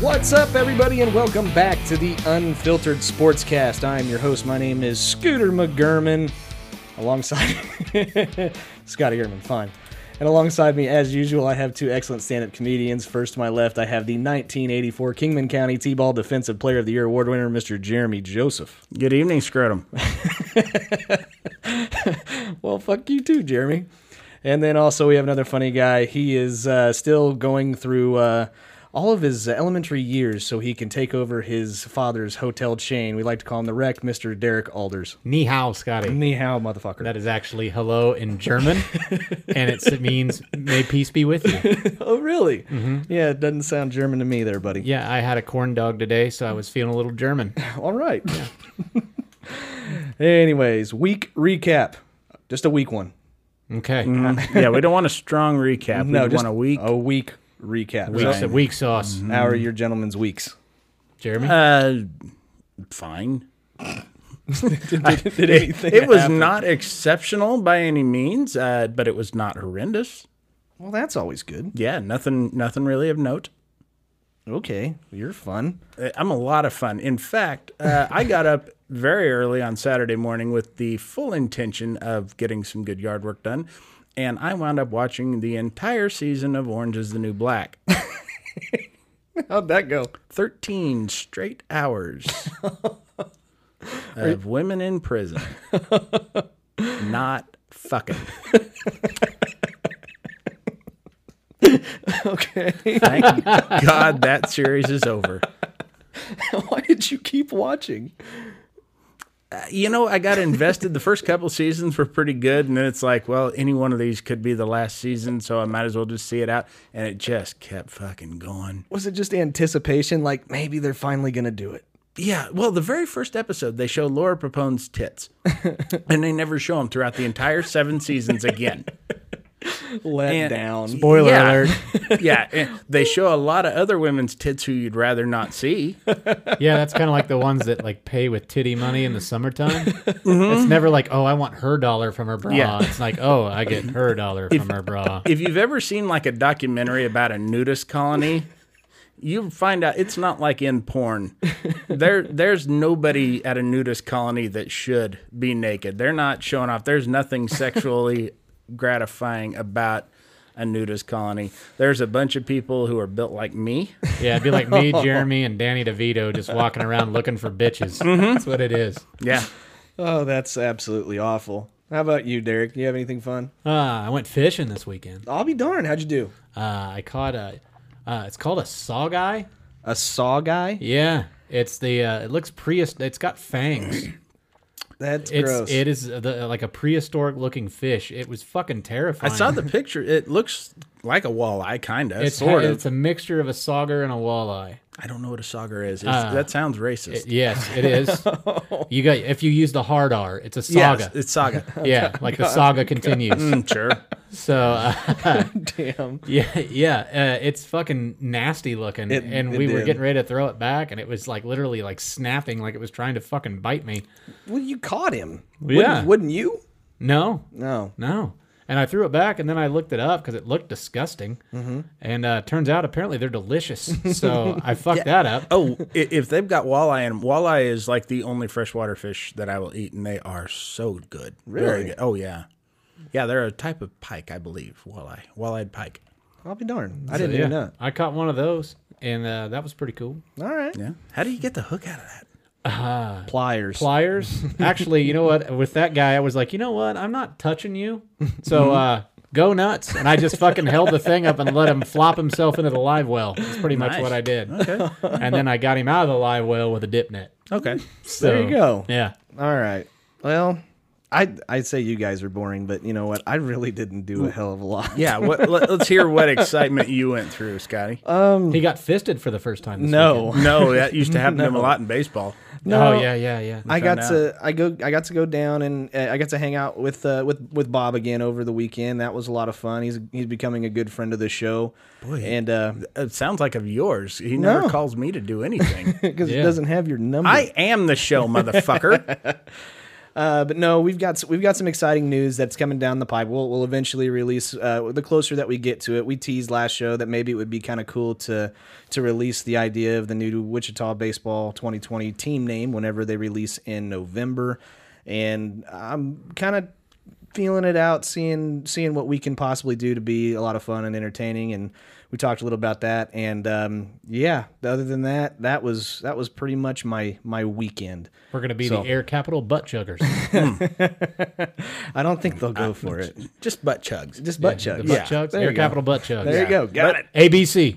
What's up, everybody, and welcome back to the Unfiltered Sportscast. I am your host. My name is Scooter McGurman. Alongside Scotty Gurman, fine. And alongside me, as usual, I have two excellent stand up comedians. First to my left, I have the 1984 Kingman County T Ball Defensive Player of the Year award winner, Mr. Jeremy Joseph. Good evening, Scrotum. Well, fuck you too, Jeremy. And then also we have another funny guy. He is uh, still going through uh, all of his elementary years so he can take over his father's hotel chain. We like to call him the wreck, Mr. Derek Alders. Ni hao, Scotty. Ni hao, motherfucker. that is actually hello in German, and it's, it means may peace be with you. oh, really? Yeah, it doesn't sound German to me there, buddy. Yeah, I had a corn dog today, so I was feeling a little German. All right. Anyways, week recap. Just a week one. Okay. Mm-hmm. Mm. yeah, we don't want a strong recap. No, we just want a week. Mm-hmm. A week recap. Weak, So, weak sauce. how are your gentlemen's weeks? Jeremy? Uh, fine. Did anything? It was not exceptional by any means, uh, but it was not horrendous. well, that's always good. Yeah, nothing, nothing really of note. Okay, you're fun. Uh, I'm a lot of fun. In fact, uh, I got up very early on Saturday morning with the full intention of getting some good yard work done, and I wound up watching the entire season of Orange Is the New Black. How'd that go? 13 straight hours of women in prison. Not fucking. Okay. Thank God that series is over. Why did you keep watching? You know, I got invested. The first couple seasons were pretty good. And then it's like, well, any one of these could be the last season. So I might as well just see it out. And it just kept fucking going. Was it just anticipation? Like maybe they're finally gonna do it. Yeah, well, the very first episode they show Laura Propone's tits, and they never show them throughout the entire seven seasons again. Let And- down. Spoiler Yeah. alert. yeah, and they show a lot of other women's tits who you'd rather not see. Yeah, that's kind of like the ones that like pay with titty money in the summertime. It's never like, oh, I want her dollar from her bra. Yeah. It's like, oh, I get her dollar from her bra. If you've ever seen like a documentary about a nudist colony, you find out it's not like in porn. There there's nobody at a nudist colony that should be naked. They're not showing off. There's nothing sexually gratifying about a nudist colony. There's a bunch of people who are built like me. Yeah, it'd be like me, Jeremy, and Danny DeVito just walking around looking for bitches. That's what it is. Yeah. Oh, that's absolutely awful. How about you, Derek? You have anything fun? Ah, I went fishing this weekend. I'll be darned. How'd you do? Uh, I caught a. Uh, it's called a saw guy. A saw guy? Yeah, it's the. Uh, it looks pre. It's got fangs. That's It's gross. it is the, like a prehistoric looking fish. It was fucking I terrifying. saw the picture. It looks like a walleye kind of It's sort of. it's a mixture of a sauger and a walleye. I don't know what a sauger is. It's, that sounds racist. Uh, It- yes, it is. you got if you use the hard R, it's a Yes, saga. it's saga. yeah, like the saga continues. Mm, sure. So uh, Damn. yeah, yeah, uh, it's fucking nasty looking, It- and it we were did. getting ready to throw it back, and it was like literally like snapping, like it was trying to fucking bite me. Well, you caught him. Yeah. Wouldn't, wouldn't you? No, No. No. And I threw it back, and then I looked it up because it looked disgusting. Mm-hmm. And uh, turns out apparently they're delicious. So I fucked that up. Oh, i- if they've got walleye in 'em, walleye is like the only freshwater fish that I will eat, and they are so good. Really? Oh yeah, yeah. They're a type of pike, I believe. Walleye, walleye pike. I'll be darned. I So, didn't yeah, even know. I caught one of those, and uh, that was pretty cool. All right. Yeah. How do you get the hook out of that? Pliers. Pliers. Actually, you know what? With that guy, I was like, you know what? I'm not touching you. Mm-hmm. So uh, go nuts. And I just fucking held the thing up and let him flop himself into the live well. That's pretty much Nice. what I did. Okay. And then I got him out of the live well with a dip net. Okay. So, There you go. Yeah. All right. Well, I I'd say you guys are boring, but you know what? I really didn't do a hell of a lot. Yeah. What, let, us hear what excitement you went through, Scotty. Uh, He got fisted for the first time. This No. no, that used to happen to him a lot in baseball. weekend. No. Oh, yeah, yeah, yeah. I got found to I go I got to go down and uh, I got to hang out with uh, with with Bob again over the weekend. That was a lot of fun. He's he's becoming a good friend of the show. Boy, and uh, because It sounds like of yours. He No. never calls me to do anything. he Yeah. doesn't have your number. I am the show, motherfucker. Uh, but no, we've got we've got some exciting news that's coming down the pipe. We'll, we'll eventually release uh, the closer that we get to it. We teased last show that maybe it would be kind of cool to to release the idea of the new Wichita baseball 2020 team name whenever they release in November, and I'm kind of feeling it out, seeing seeing what we can possibly do to be a lot of fun and entertaining. And we talked a little about that. And um, yeah, other than that, that was that was pretty much my my weekend. We're going to be So- the air capital butt chuggers. I don't think they'll go for it. Just butt chugs. Just butt The chug. butt chugs. There Air you go. capital butt chugs. There you go. Got it. ABC.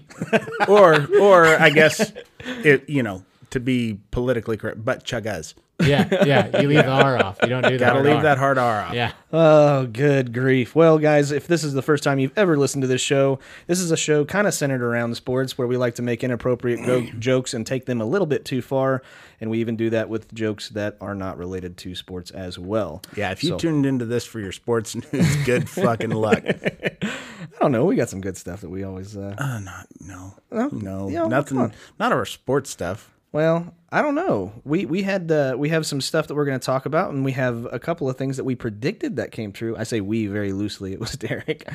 or or I guess it you know to be politically correct, butt chugas. Yeah, yeah. You leave the R off. You don't do that. Gotta leave that hard R off. Yeah. Oh, good grief. Well, guys, if this is the first time you've ever listened to this show, this is a show kind of centered around sports where we like to make inappropriate go- jokes and take them a little bit too far. And we even do that with jokes that are not related to sports as well. Yeah, if you So, tuned into this for your sports news, good fucking luck. I don't know. We got some good stuff that we always. Uh, Uh, not, no, no, yeah, well, come on. nothing. Not our sports stuff. Well, I don't know. We we had uh, we have some stuff that we're going to talk about, and we have a couple of things that we predicted that came true. I say we very loosely. It was Derek,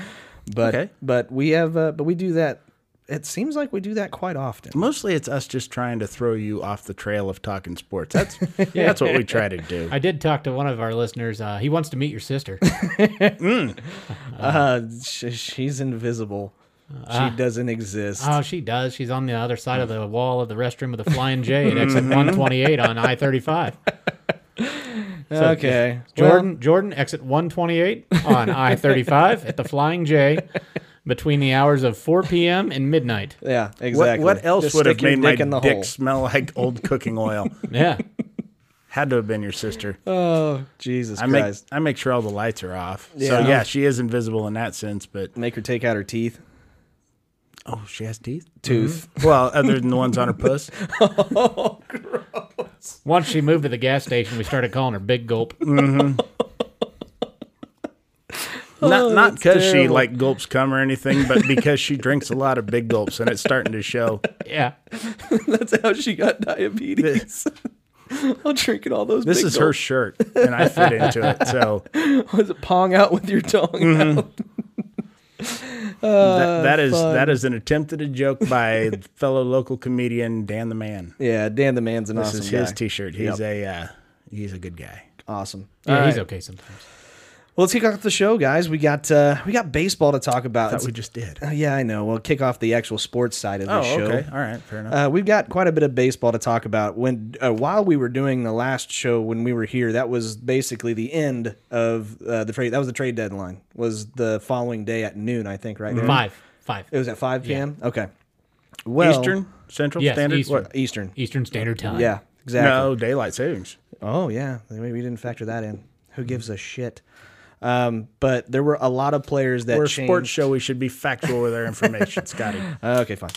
but Okay. but we have uh, but we do that. It seems like we do that quite often. Mostly, it's us just trying to throw you off the trail of talking sports. That's that's what we try to do. I did talk to one of our listeners. Uh, he wants to meet your sister. Uh, sh- she's invisible. Uh, she doesn't exist. Oh, she does. She's on the other side of the wall of the restroom of the Flying J at exit Mm-hmm. 128 on I 35. okay, Jordan, Jordan, exit 128 on I 35 at the Flying J between the hours of 4 p.m. and midnight. Well, yeah, What, exactly. what else Just would have stick your made my dick in the dick hole. smell like old cooking oil? Yeah. Had to have been your sister. Oh Jesus I make Christ! I make sure all the lights are off. So Yeah. yeah, she is invisible in that sense. But Make her take out her teeth, oh, she has teeth. tooth. Well, other than the ones on her puss. Once she moved to the gas station, we started calling her Big Gulp. Not not Oh, that's because she terrible. like gulps cum or anything, but because she drinks a lot of big gulps, and it's starting to show. Yeah. That's how she got diabetes. I'm drinking all those. This big is gulps. her shirt, and I fit into it. So Was it pong out with your tongue? Oh, that, that is that is an attempt at a joke by fellow local comedian Dan the Man. Yeah, Dan the Man's an This awesome is guy. his T-shirt. Yep. He's a uh, he's a good guy. awesome. Yeah, All he's right. okay sometimes. Well, let's kick off the show, guys. We got uh, we got baseball to talk about. That we just did. Uh, yeah, I know. We'll kick off the actual sports side of the Oh, show. okay. All right. Fair enough. Uh, we've got quite a bit of baseball to talk about. When uh, while we were doing the last show, when we were here, that was basically the end of uh, the trade. That was the trade deadline. Was the following day at noon, I think. Right? Darren? Mm-hmm. Five. Five. It was at five p.m. Okay. Well, Eastern E- Central Yes, Standard. Eastern. What? Eastern. Eastern Standard Time. Yeah, exactly. No daylight savings. Oh yeah, maybe we didn't factor that in. Who gives a shit? Um, but there were a lot of players that We're a changed. sports show. We should be factual with our information, Scotty. Uh, okay, fine.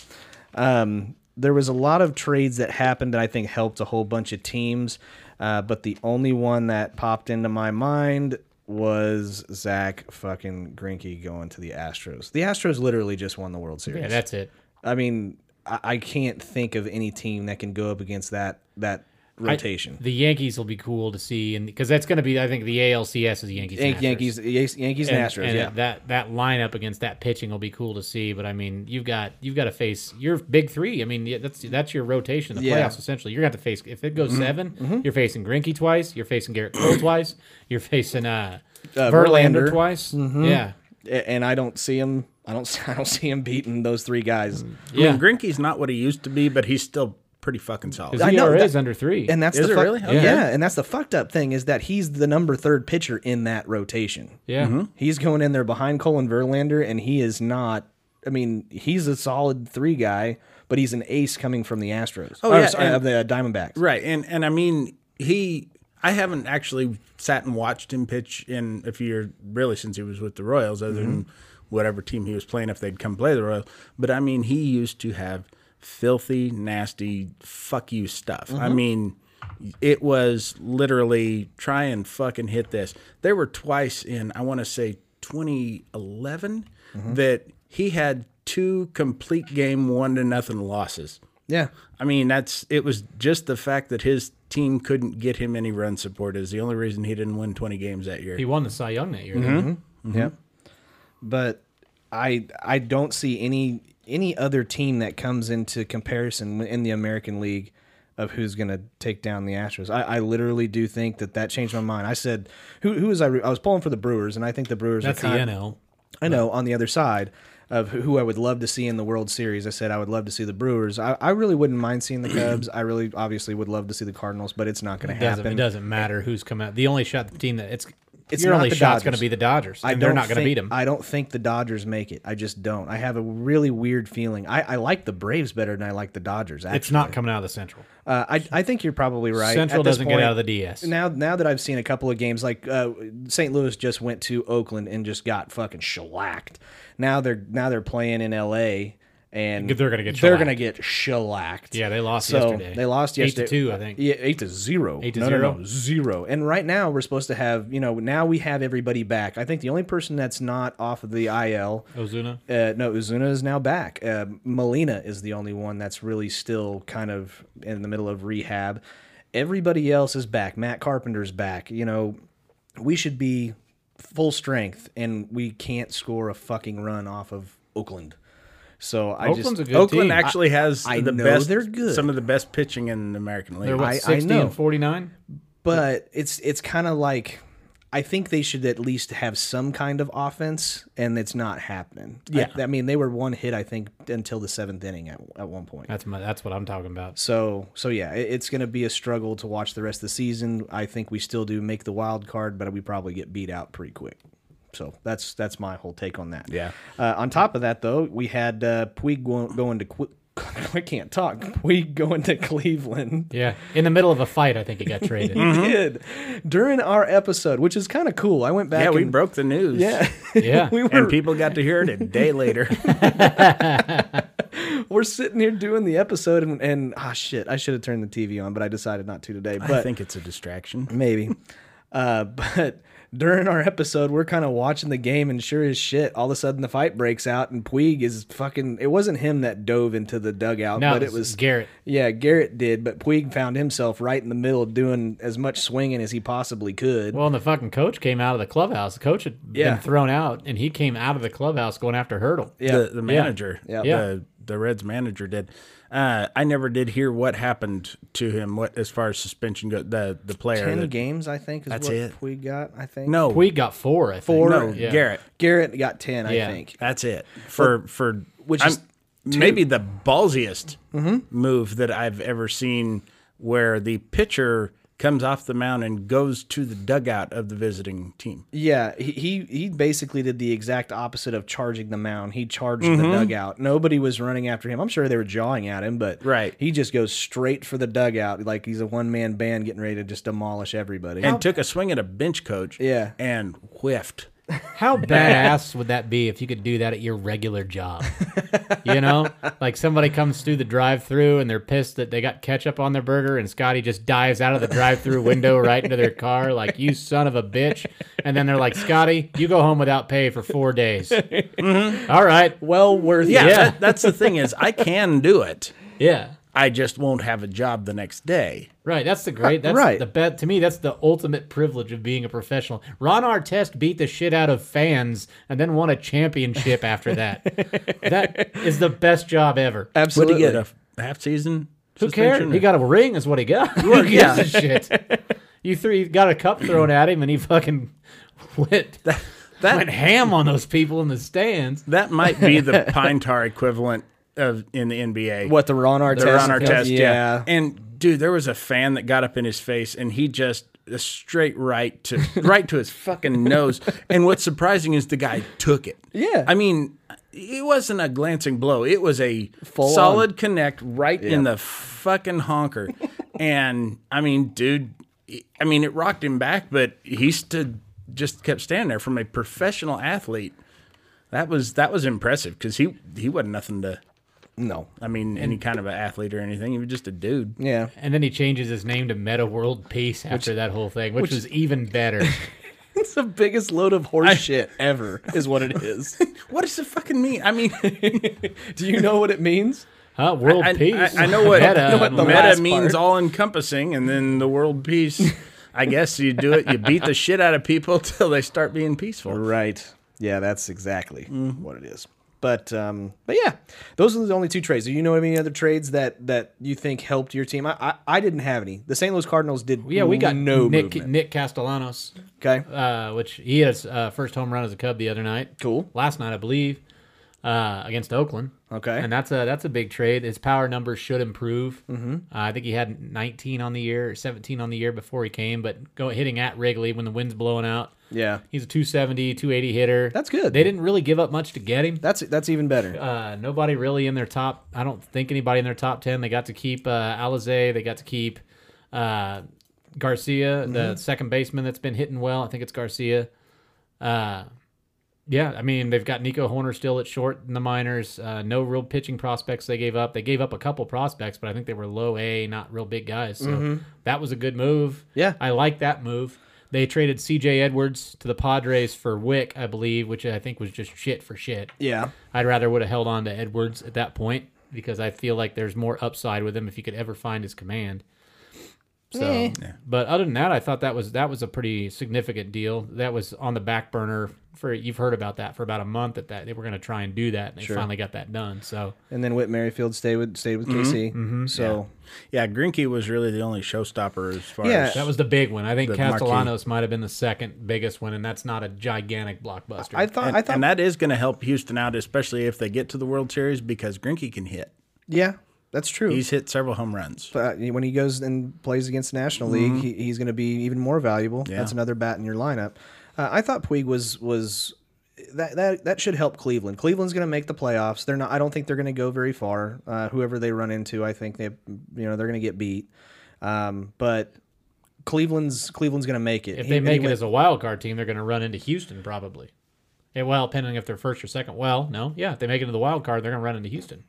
Um, there was a lot of trades that happened that I think helped a whole bunch of teams. Uh, but the only one that popped into my mind was Zach fucking Grinke going to the Astros. The Astros literally just won the World Series. Yeah, that's it. I mean, I, I can't think of any team that can go up against that that rotation. The Yankees will be cool to see, and because that's going to be, I think, the ALCS is the Yankees. and Yan- Astros. Yankees, Yan- Yankees, and, and, Astros. and yeah, that that lineup against that pitching will be cool to see. But I mean, you've got you've got to face your big three. I mean, yeah, that's that's your rotation. in The Yeah. Mm-hmm. playoffs essentially. You're going to have to face if it goes 7 you you're facing Grinky twice. You're facing Garrett Cole twice. You're facing uh, Uh, Verlander, Verlander. twice. Yeah, A- and I don't see him. I don't. I don't see him beating those three guys. Yeah. Yeah. mean, Grinke's not what he used to be, but he's still pretty fucking solid. His I know ERA E is that- under three. And that's Is the it fuck- really? yeah. Okay. And that's the fucked up thing is that he's the number third pitcher in that rotation. yeah. He's going in there behind Colin Verlander, and he is not. I mean, he's a solid three guy, but he's an ace coming from the Astros. Oh, yeah, sorry, and- of the Diamondbacks. Right. And and I mean, he I haven't actually sat and watched him pitch in a few years really since he was with the Royals, other than whatever team he was playing if they'd come play the Royals. But I mean, he used to have filthy, nasty, fuck you stuff. I mean, it was literally try and fucking hit this. There were twice in I want to say 2011 that he had two complete game one to nothing losses. Yeah. I mean, that's it was just the fact that his team couldn't get him any run support is the only reason he didn't win 20 games that year. He won the Cy Young that year. Mm-hmm. Yeah. But I I don't see any any other team that comes into comparison in the American League of who's going to take down the Astros. I, I literally do think that that changed my mind. I said who who is I re- I was pulling for the Brewers and I think the Brewers That's are the kind NL. I know on the other side of who I would love to see in the World Series. I said I would love to see the Brewers. I, I really wouldn't mind seeing the Cubs. I really obviously would love to see the Cardinals, but it's not going It to doesn't, happen. it doesn't matter who's come out. The only shot the team that it's, It's your not only the Dodgers. shot's going to be the Dodgers. I and don't they're not going to think- beat them. I don't think the Dodgers make it. I just don't. I have a really weird feeling. I, I like the Braves better than I like the Dodgers. Actually. it's not coming out of the Central. Uh, I, I think you're probably right. Central At this doesn't get point, out of the DS. Now now that I've seen a couple of games, like uh, St. Louis just went to Oakland and just got fucking shellacked. Now they're now they're playing in L.A. and They're gonna get they're shellacked. gonna get shellacked. Yeah, they lost So, yesterday. They lost Eight to yesterday. two, I think. Yeah, eight to zero. Eight to no, No, zero? no, zero. And right now we're supposed to have you know now we have everybody back. I think the only person that's not off of the IL Ozuna. uh, no, Uzuna is now back. Uh, Molina is the only one that's really still kind of in the middle of rehab. Everybody else is back. Matt Carpenter's back. You know, we should be full strength, and we can't score a fucking run off of Oakland. So I Oakland's a just good Oakland team. actually has I the know best they're good. some of the best pitching in the American League. They're what, I- I 60 know. and 49? but it's it's kind of like I think they should at least have some kind of offense, and it's not happening. Yeah, I, I mean they were one hit I think until the seventh inning at at one point. That's my, that's what I'm talking about. So so yeah, it, it's going to be a struggle to watch the rest of the season. I think we still do make the wild card, but we probably get beat out pretty quick. So that's that's my whole take on that. Yeah. Uh, on top of that, though, we had uh, Puig go- going to. Qu- I can't talk. Puig going to Cleveland. Yeah. In the middle of a fight, I think he got traded. Mm-hmm. Did during our episode, which is kind of cool. I went back. yeah, we and- broke the news. Yeah, Yeah. we were. And people got to hear it a day later. we're sitting here doing the episode, and, and ah shit, I should have turned the TV on, but I decided not to today. But I think it's a distraction. maybe. Uh, but during our episode, we're kind of watching the game, and sure as shit, all of a sudden the fight breaks out, and Puig is fucking. It wasn't him that dove into the dugout, No, but it it's was Garrett. Yeah, Garrett did, but Puig found himself right in the middle, doing as much swinging as he possibly could. Well, and the fucking coach came out of the clubhouse. The coach had Yeah. been thrown out, and he came out of the clubhouse going after Hurdle. yeah, The, the manager, Yeah. The, the Reds manager did. Uh, I never did hear what happened to him. What as far as suspension go, the the player. ten that- games, I think, is That's what it. Puig got. I think no, We got four, I think. Four. no, Yeah. Garrett. Garrett got ten, I Yeah. think. That's it for for which which is is maybe the ballsiest move that I've ever seen, where the pitcher comes off the mound and goes to the dugout of the visiting team. Yeah, he, he he basically did the exact opposite of charging the mound. He charged the dugout. Nobody was running after him. I'm sure they were jawing at him, but Right. he just goes straight for the dugout like he's a one man band getting ready to just demolish everybody. And took a swing at a bench coach. Yeah. and whiffed. How badass would that be if you could do that at your regular job? You know, like somebody comes through the drive-through and they're pissed that they got ketchup on their burger, and Scotty just dives out of the drive-through window right into their car, like you son of a bitch. And then they're like, Scotty, you go home without pay for four days. All right, well worth Yeah, it. that- that's the thing is I can do it. yeah, I just won't have a job the next day. right. That's the Uh, great. That's Right. the bet to me. That's the ultimate privilege of being a professional. Ron Artest beat the shit out of fans and then won a championship after that. that is the best job ever. What did Absolutely. he get? A f- half season? Who cared? He got a ring, is what he got. Who gives yeah. a shit? You three got a cup thrown at him, and he fucking went That- went ham on those people in the stands. That might be the pine tar equivalent of in the NBA. What the Ron Artest? They're on our yeah. test, yeah. And dude, there was a fan that got up in his face, and he just a straight right to right to his fucking nose. And what's surprising is the guy took it. Yeah. I mean, it wasn't a glancing blow. It was a Full solid connect right in the fucking honker. and I mean, dude, I mean, it rocked him back, but he stood just kept standing there from a professional athlete. That was that was impressive because he he wasn't nothing to No. I mean, any kind of an athlete or anything. He was just a dude. Yeah. And then he changes his name to Meta World Peace after that whole thing, which, was even better. It's the biggest load of horse shit ever, is what it is. What does it fucking mean? I mean, Do you know what it means? Huh? World I, Peace. I, I know what Meta. meta, the last meta means part. all encompassing, and then the world peace. I guess you do it. You beat the shit out of people till they start being peaceful. Right. Yeah, that's exactly Mm-hmm. what it is. But um, but yeah, those are the only two trades. Do you know of any other trades that that you think helped your team? I I, I didn't have any. The St. Louis Cardinals did. yeah, we got no Nick movement. Nick Castellanos, Okay. uh, which he had his uh, first home run as a Cub the other night. Cool. Last night, I believe, uh, against Oakland. Okay. And that's a that's a big trade. His power numbers should improve. Mm-hmm. Uh, I think he had 19 on the year, or 17 on the year before he came, but go hitting at Wrigley when the wind's blowing out. Yeah. He's a 270, 280 hitter. That's good. They didn't really give up much to get him. That's that's even better. Uh, nobody really in their top. I don't think anybody in their top ten. They got to keep uh, Alize. They got to keep uh, Garcia, the second baseman that's been hitting well. I think it's Garcia. Uh, yeah, I mean they've got Nico Horner still at short in the minors. Uh, no real pitching prospects they gave up. They gave up a couple prospects, but I think they were low A, not real big guys. So that was a good move. Yeah. I like that move. They traded C.J. Edwards to the Padres for Wick, I believe, which I think was just shit for shit. yeah. I'd rather would have held on to Edwards at that point because I feel like there's more upside with him if you could ever find his command. So, Eh. but other than that, I thought that was that was a pretty significant deal. That was on the back burner for you've heard about that for about a month that that they were going to try and do that, and they finally got that done. So And then Whit Merrifield stayed with stayed with Mm-hmm. KC. So Yeah, Grinky was really the only showstopper as far Yeah. as that was the big one. I think The marquee. Castellanos might have been the second biggest one, and that's not a gigantic blockbuster. I thought And, I thought and that is going to help Houston out, especially if they get to the World Series, because Grinky can hit. yeah, that's true. He's hit several home runs. uh, when he goes and plays against the National League, he, he's going to be even more valuable. That's another bat in your lineup. Uh, I thought Puig was was that that that should help Cleveland. Cleveland's going to make the playoffs. They're not. I don't think they're going to go very far. Uh, whoever they run into, I think they you know they're going to get beat. Um, but Cleveland's Cleveland's going to make it. if He- they and make he it went- as a wild card team, they're going to run into Houston probably. Eh, well, depending if they're first or second. Well, no, yeah, if they make it to the wild card, they're going to run into Houston.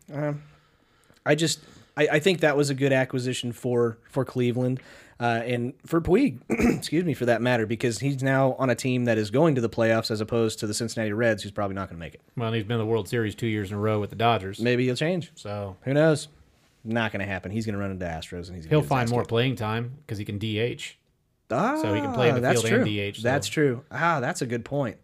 I just I, I think that was a good acquisition for for Cleveland uh, and for Puig, excuse me, for that matter, because he's now on a team that is going to the playoffs as opposed to the Cincinnati Reds, who's probably not going to make it. Well, he's been to the World Series two years in a row with the Dodgers, Maybe he'll change. so Who knows? Not going to happen. He's going to run into Astros, and he's gonna he'll get his find ass more kicked. playing time because he can DH. Ah, so he can play in the that's field and true. DH, so- That's true. Ah, that's a good point.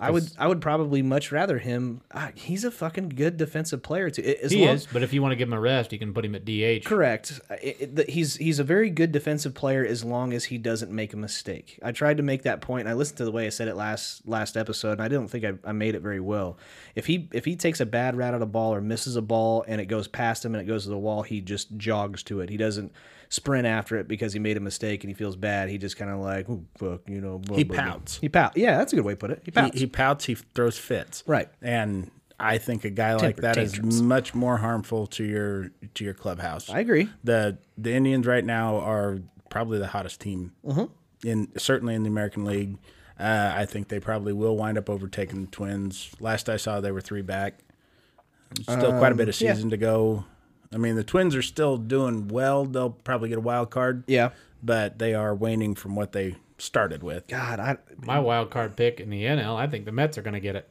I would I would probably much rather him. Ah, he's a fucking good defensive player too. As He long- is, but if you want to give him a rest, you can put him at DH. Correct. It, it, the, he's he's a very good defensive player as long as he doesn't make a mistake. I tried to make that point, and I listened to the way I said it last last episode, and I didn't think I, I made it very well. If he if he takes a bad route at a ball or misses a ball and it goes past him and it goes to the wall, he just jogs to it. He doesn't sprint after it because he made a mistake and he feels bad. He just kind of like "Ooh, fuck, you know. blah, He blah, blah." pouts. He pouts. Yeah, that's a good way to put it. He He, pouts. he pouts. He throws fits. Right. And I think a guy like Temper that is tantrums. much more harmful to your to your clubhouse. I agree. the the Indians right now are probably the hottest team Mm-hmm. in certainly in the American League. Uh, I think they probably will wind up overtaking the Twins. Last I saw, they were three back. Still quite a bit of Um, yeah. season to go. I mean, the Twins are still doing well. They'll probably get a wild card. Yeah. but they are waning from what they started with. God, I My wild card pick in the NL, I think the Mets are going to get it.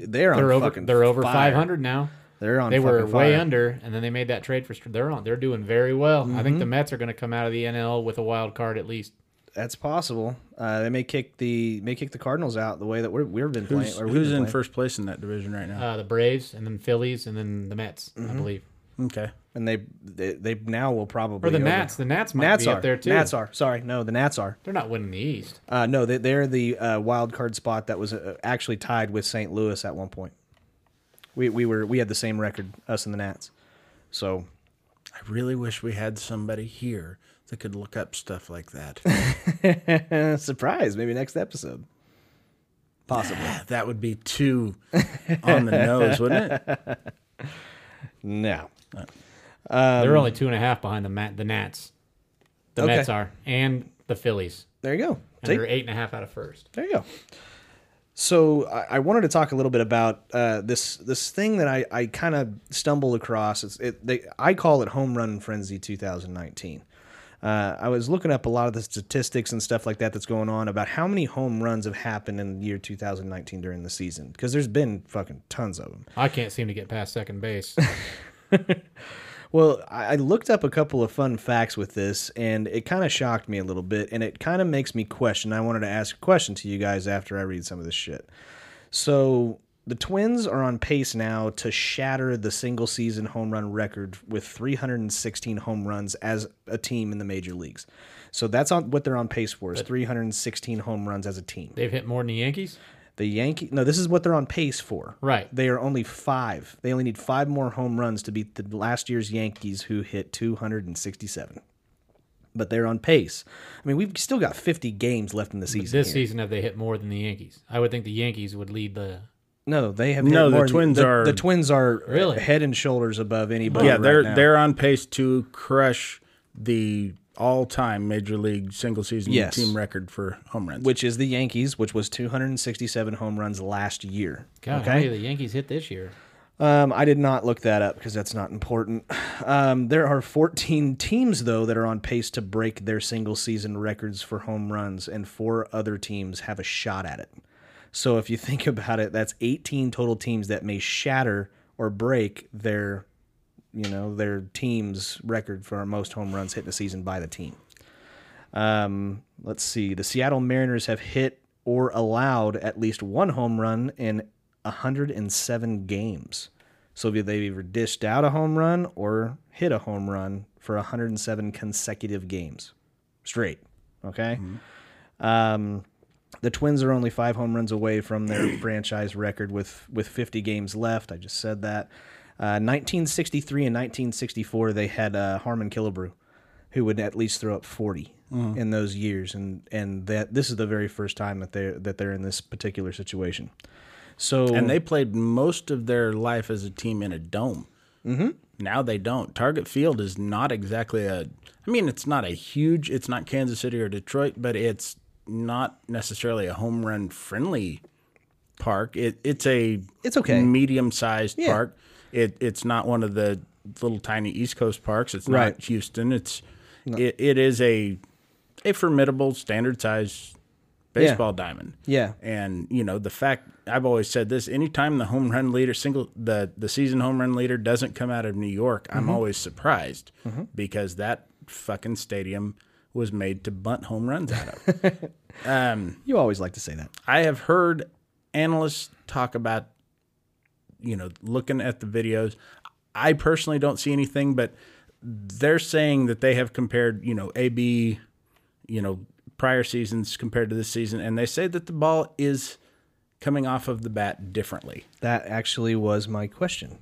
they're on They're over. fucking They're over fire. 500 now. They're on. They were fucking way fire. under, and then they made that trade for. Str- They're on. They're doing very well. I think the Mm-hmm. Mets are going to come out of the NL with a wild card at least. That's possible. Uh, they may kick the may kick the Cardinals out the way that we're, we've been playing. Who's, or we've who's been in playing. Uh, first place in that division right now? Mm-hmm. Uh, the Braves, and then Phillies, and then the Mets, I believe. Okay. and they they, they now will probably Or the over- Nats. The Nats might Nats be are up there too. Nats are sorry, no, the Nats are. They're not winning the East. Uh, no, they, they're the uh, wild card spot that was uh, actually tied with St. Louis at one point. We we were we had the same record, us and the Nats. So I really wish we had somebody here that could look up stuff like that. eh, surprise, maybe next episode. Possibly. that would be too on the nose, wouldn't it? no. They're only two and a half behind the Mat- the Nats. The Um, Okay. Mets are and the Phillies. There you go. And See? they're eight and a half out of first. There you go. So I, I wanted to talk a little bit about uh, this this thing that I, I kind of stumbled across. It's it they, I call it Home Run Frenzy 2019. Uh, I was looking up a lot of the statistics and stuff like that that's going on about how many home runs have happened in the year 2019 during the season because there's been fucking tons of them. I can't seem to get past second base. Well, I I looked up a couple of fun facts with this, and it kind of shocked me a little bit, and it kind of makes me question. I wanted to ask a question to you guys after I read some of this shit. So the Twins are on pace now to shatter the single season home run record with 316 home runs as a team in the major leagues. So that's on what they're on pace for is 316 home runs as a team. They've hit more than the Yankees. The Yankees. No, this is what they're on pace for. Right. They are only five. They only need five more home runs to beat the last year's Yankees, who hit 267. But they're on pace. I mean, we've still got 50 games left in the season. This here. season have they hit more than the Yankees? I would think the Yankees would lead the No, they have hit No, the more than- Twins the, are- the Twins are e- Really? head and shoulders above anybody. yeah, they're right now. they're on pace to crush the all-time major league single season Yes. team record for home runs. which is the Yankees, which was 267 home runs last year. God, how many of the Yankees hit this year? Um, I did not look that up because that's not important. Um, there are 14 teams, though, that are on pace to break their single season records for home runs, and four other teams have a shot at it. So if you think about it, that's 18 total teams that may shatter or break their, you know, their team's record for most home runs hit in a season by the team. Um, let's see. The Seattle Mariners have hit or allowed at least one home run in 107 games. So they've either dished out a home run or hit a home run for 107 consecutive games straight. Okay. Mm-hmm. Um, the Twins are only five home runs away from their franchise record with with 50 games left. I just said that. Uh, 1963 and 1964, they had uh, Harmon Killebrew, who would at least throw up 40 Mm-hmm. in those years, and and that this is the very first time that they are that they're in this particular situation. So and they played most of their life as a team in a dome. Mm-hmm. Now they don't. Target Field is not exactly a. I mean, it's not a huge. It's not Kansas City or Detroit, but it's not necessarily a home run friendly park. It it's a It's okay. medium sized Yeah. park. It it's not one of the little tiny East Coast parks. It's Right. not Houston. It's it, it is a a formidable standard size baseball diamond. Yeah. And you know the fact I've always said this: anytime the home run leader single the the season home run leader doesn't come out of New York, I'm always surprised because that fucking stadium was made to bunt home runs out of. you always like to say that. I have heard analysts talk about, you know, looking at the videos. I personally don't see anything, but they're saying that they have compared, you know, AB, you know, prior seasons compared to this season, and they say that the ball is coming off of the bat differently. That actually was my question.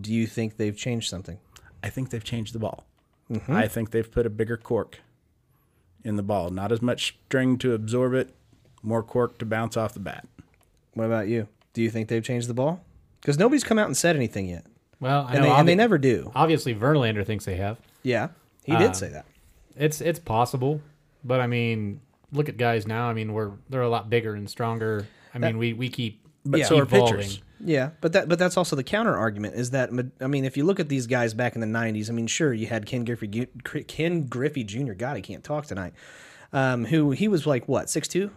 Do you think they've changed something? I think they've changed the ball. I think they've put a bigger cork in the ball, not as much string to absorb it, more cork to bounce off the bat. What about you? Do you think they've changed the ball? Because nobody's come out and said anything yet, Well, I and, know they, and they obvi- never do. Obviously, Verlander thinks they have. Yeah, he Uh, did say that. It's it's possible, but I mean, look at guys now. I mean, we're they're a lot bigger and stronger. I mean, we we keep But keep so are evolving. pitchers. Yeah, but that but that's also the counter argument is that ma- I mean, if you look at these guys back in the '90s, I mean, sure, you had Ken Griffey, Ju- Gr- Ken Griffey Jr. God, I can't talk tonight. Um, who he was like what six two?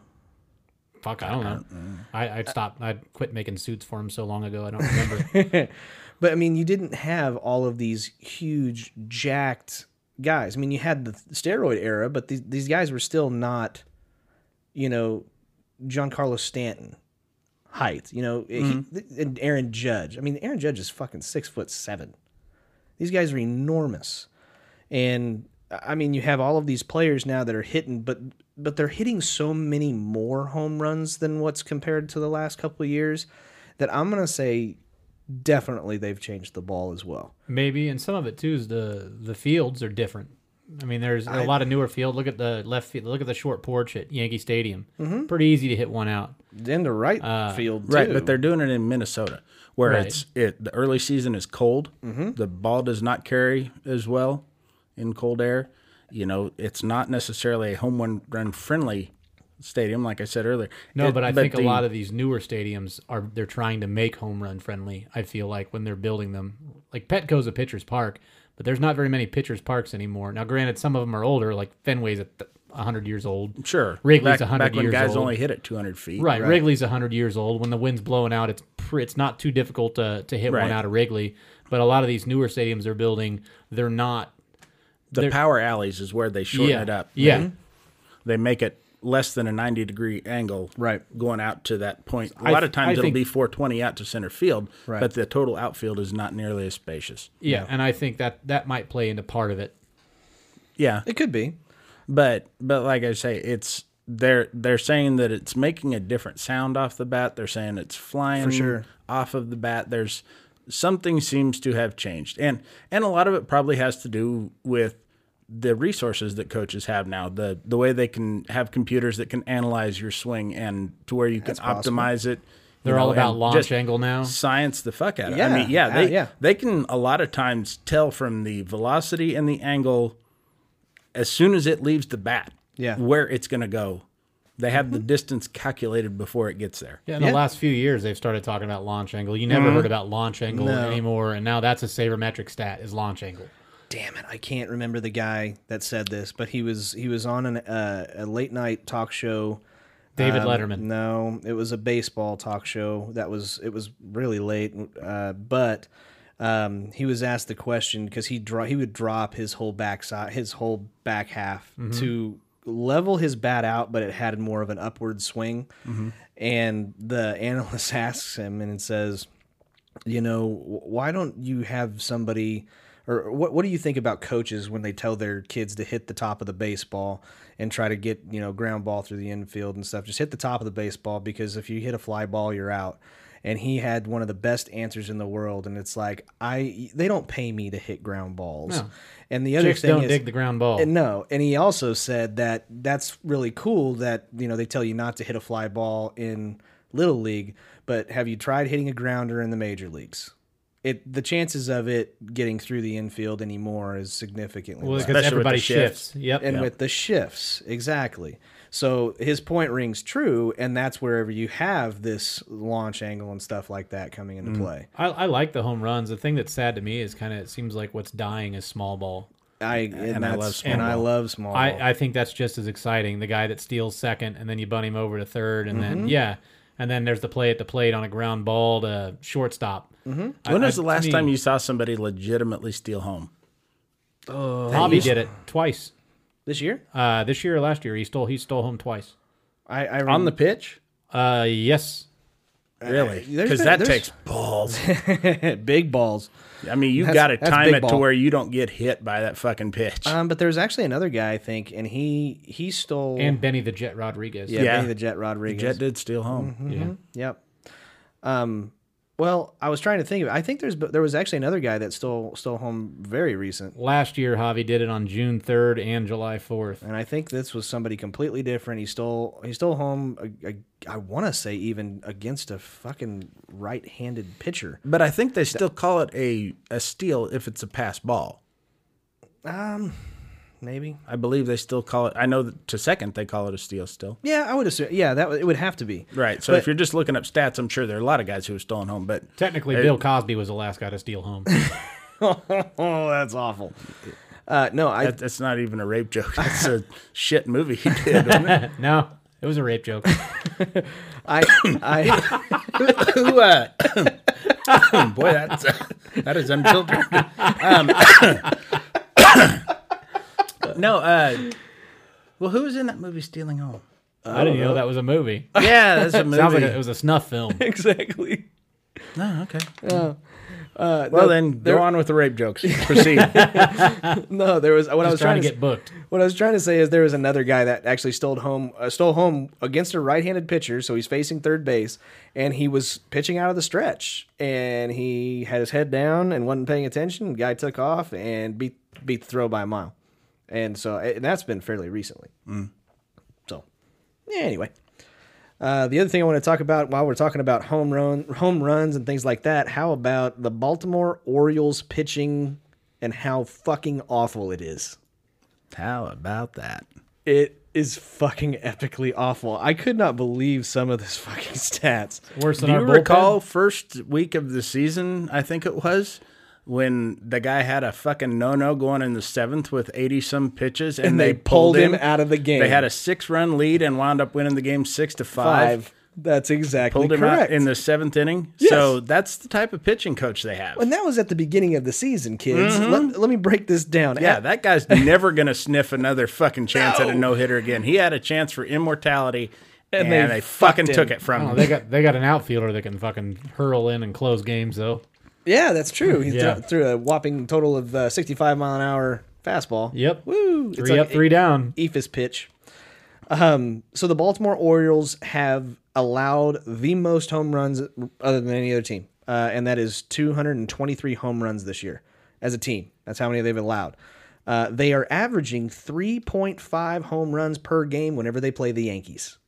Fuck, I don't know. I I stopped. I quit making suits for him so long ago. I don't remember. But I mean, you didn't have all of these huge jacked guys. I mean, you had the steroid era, but these these guys were still not, you know, Giancarlo Stanton height. You know, he- and Aaron Judge. I mean, Aaron Judge is fucking six foot seven. These guys are enormous. And I mean, you have all of these players now that are hitting, but but they're hitting so many more home runs than what's compared to the last couple of years that I'm gonna say definitely they've changed the ball as well. Maybe, and some of it too is the the fields are different. I mean, there's a lot of newer field. Look at the left field. Look at the short porch at Yankee Stadium. Pretty easy to hit one out. Then the right field, Right, too. but they're doing it in Minnesota, where Right. Mm-hmm. it's it the early season is cold. The ball does not carry as well in cold air. You know, it's not necessarily a home run, run friendly stadium, like I said earlier. No, It- but I think the- a lot of these newer stadiums are they're trying to make home run friendly. I feel like when they're building them, like Petco's a pitcher's park, but there's not very many pitcher's parks anymore. Now, granted, some of them are older. Like Fenway's a th- hundred years old. sure Wrigley's back- 100 back when years guys old. only hit it 200 feet. Right, Wrigley's 100 years old. When the wind's blowing out, it's pr- it's not too difficult to, to hit one Right. out of Wrigley. But a lot of these newer stadiums they're building, they're not. The power alleys is where they shorten Yeah, it up. yeah. They make it less than a 90 degree angle Right. going out to that point. A I lot th- of times I it'll think- be 420 out to center field, Right. but the total outfield is not nearly as spacious. yeah, and I think that that might play into part of it. Yeah. it could be. But but like I say, it's they're they're saying that it's making a different sound off the bat. They're saying it's flying sure. off of the bat. There's something seems to have changed, and and a lot of it probably has to do with the resources that coaches have now. The the way they can have computers that can analyze your swing and to where you can optimize it. you They're all know, about and launch just angle now. Science the fuck out of it. Yeah, I mean, yeah, they yeah. they can a lot of times tell from the velocity and the angle as soon as it leaves the bat, Yeah. where it's going to go. They have the distance calculated before it gets there. Yeah, in the last few years they've started talking about launch angle. You never heard about launch angle anymore, and now that's a sabermetric stat is launch angle. damn it, I can't remember the guy that said this, but he was he was on an, uh, a late night talk show. David Um, Letterman. No, it was a baseball talk show. That was it was really late, uh, but um, he was asked the question because he draw he would drop his whole backside his whole back half to level his bat out, but it had more of an upward swing. And the analyst asks him and it says you know, wh- why don't you have somebody or what what do you think about coaches when they tell their kids to hit the top of the baseball and try to get, you know, ground ball through the infield and stuff? Just hit the top of the baseball because if you hit a fly ball, you're out. And he had one of the best answers in the world and it's like I they don't pay me to hit ground balls. And the other Chicks thing don't is dig the ground ball. and no, and he also said that that's really cool that you know they tell you not to hit a fly ball in little league, but have you tried hitting a grounder in the major leagues? It the chances of it getting through the infield anymore is significantly well, less. because with everybody the shifts. shifts. Yep. And with the shifts, exactly. So his point rings true, and that's wherever you have this launch angle and stuff like that coming into play. I, I like the home runs. The thing that's sad to me is kind of it seems like what's dying is small ball. I and, I love that's- small and I ball. love small. ball. I, I think that's just as exciting. The guy that steals second and then you bunt him over to third and then yeah. And then there's the play at the plate on a ground ball to shortstop. Mm-hmm. when was the last time you saw somebody legitimately steal home? Bobby did it twice. this year, Uh, this year or last year he stole he stole home twice. I, I On the pitch? Uh, yes. Really? there's Because been- that there's- takes balls. big balls. I mean, you That's- got to that's time big it to ball. where you don't get hit by that fucking pitch. Um, but there was actually another guy, I think, and he he stole And Benny the Jet Rodriguez. yeah, Yeah. Benny the Jet Rodriguez. Mm-hmm. Jet did steal home. Yeah. Yep. Um, well, I was trying to think of. it. I think there's there was actually another guy that stole stole home very recent, Last year Javi did it on June third and July fourth. and I think this was somebody completely different. He stole he stole home. a- a- I want to say even against a fucking right-handed pitcher. But I think they still call it a, a steal if it's a pass ball. Maybe. I believe they still call it. I know that to second they call it a steal still. Yeah, I would assume. Yeah, that would- it would have to be Right. So But- if you're just looking up stats, I'm sure there are a lot of guys who have stolen home. But Technically, Hey. Bill Cosby was the last guy to steal home. oh, that's awful. Uh, no, I That, that's not even a rape joke. That's a shit movie he did. wasn't it? no, it was a rape joke. I I who uh, Boy, that's that is unfiltered. Um, no, uh, well, who was in that movie Stealing Home? I didn't know that was a movie. Yeah, that's a movie. Sounds like it was a snuff film. exactly. Uh, no, okay. well, then go on with the rape jokes. Proceed. No, there was what I was trying, trying to s- get booked. What I was trying to say is there was another guy that actually stole home uh, stole home against a right-handed pitcher, so he's facing third base, and he was pitching out of the stretch, and he had his head down and wasn't paying attention. The guy took off and beat beat the throw by a mile, and so and that's been fairly recently. So, yeah, anyway. Uh, the other thing I want to talk about while we're talking about home run home runs and things like that, how about the Baltimore Orioles pitching and how fucking awful it is? How about that? It is fucking epically awful. I could not believe some of this fucking stats. Worse than Do our you bullpen. recall first week of the season? I think it was when the guy had a fucking no no going in the seventh with eighty some pitches, and, And they pulled him out of the game. They had a six run lead and wound up winning the game six to five. Five. That's exactly Pulled him correct. out in the seventh inning. So that's the type of pitching coach they have. and that was at the beginning of the season, kids. Let, let me break this down. Yeah, At- that guy's never going to sniff another fucking chance at a no hitter again. He had a chance for immortality, and, they they, fucking fucked took him. it from Oh, him. they got they got an outfielder that can fucking hurl in and close games though. yeah, that's true. He Yeah. threw, threw a whopping total of uh, 65 mile an hour fastball. Yep. Woo. It's Three like up, three down. Ephus pitch. Um, so the Baltimore Orioles have allowed the most home runs other than any other team, uh, and that is 223 home runs this year as a team. That's how many they've allowed. Uh, they are averaging 3.5 home runs per game whenever they play the Yankees.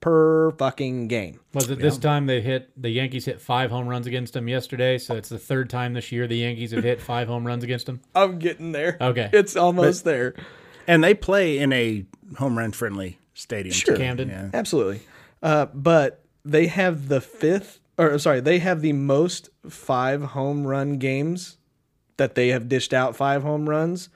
Per fucking game. Was it this time they hit the Yankees hit five home runs against them yesterday? So it's the third time this year the Yankees have hit five home runs against them. I'm getting there. Okay. It's almost there. And they play in a home run friendly stadium. Sure. too. Camden. Yeah. Absolutely. Uh, but they have the fifth, or sorry, they have the most five home run games that they have dished out five home runs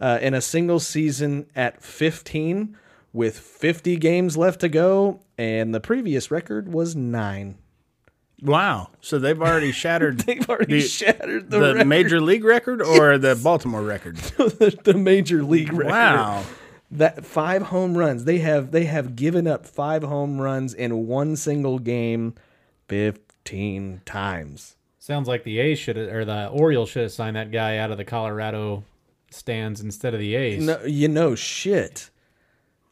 uh, in a single season at 15 with 50 games left to go. And the previous record was nine. Wow. So they've already shattered They've already The- shattered the, the record, major league record or the Baltimore record. the major league record. Wow. That five home runs. They have they have given up five home runs in one single game 15 times. Sounds like the A's should have, or the Orioles should have signed that guy out of the Colorado stands instead of the A's. No, you know shit.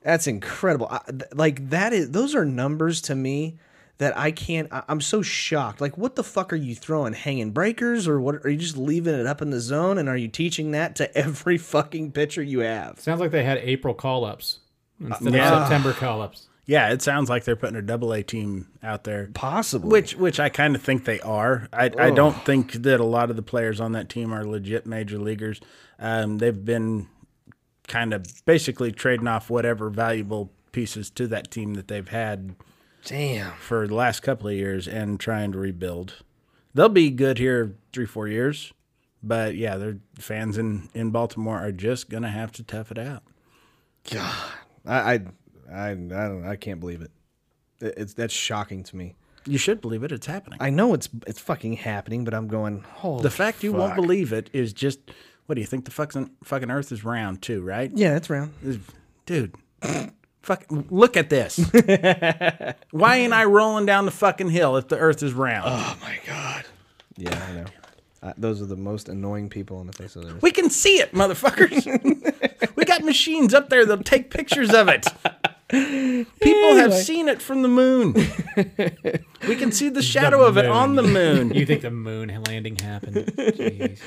That's incredible. I, th- like that is those are numbers to me that I can't. I, I'm so shocked. Like, what the fuck are you throwing? Hanging breakers or what? Are you just leaving it up in the zone? And are you teaching that to every fucking pitcher you have? Sounds like they had April call ups instead yeah. of September call ups. Yeah, it sounds like they're putting a double A team out there. Possibly. Which which I kind of think they are. I, I don't think that a lot of the players on that team are legit major leaguers. Um, they've been kind of basically trading off whatever valuable pieces to that team that they've had damn. for the last couple of years and trying to rebuild. They'll be good here three four years, but yeah, their fans in in Baltimore are just gonna have to tough it out. I I I, I don't. I can't believe it. It- It's that's shocking to me. You should believe it. It's happening. I know it's it's fucking happening, but I'm going. Holy the fact you won't believe it is just what do you think? The fucking fucking Earth is round too, right? yeah, that's round. dude. fuck, look at this. Why ain't I rolling down the fucking hill if the Earth is round? Oh my god. Yeah, I know. Uh, those are the most annoying people on the face of the earth. we can see it, motherfuckers. we got machines up there that'll take pictures of it. People have seen it from the moon. we can see the shadow of it on the moon. You think the moon landing happened? Jeez.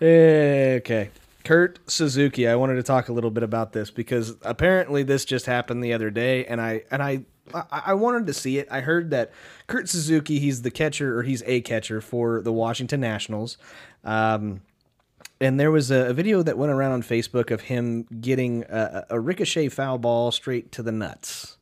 Eh, Okay. Kurt Suzuki, I wanted to talk a little bit about this because apparently this just happened the other day and I and I I I wanted to see it. I heard that Kurt Suzuki, he's the catcher or he's a catcher for the Washington Nationals. Um and there was a, a video that went around on Facebook of him getting a, a a ricochet foul ball straight to the nuts.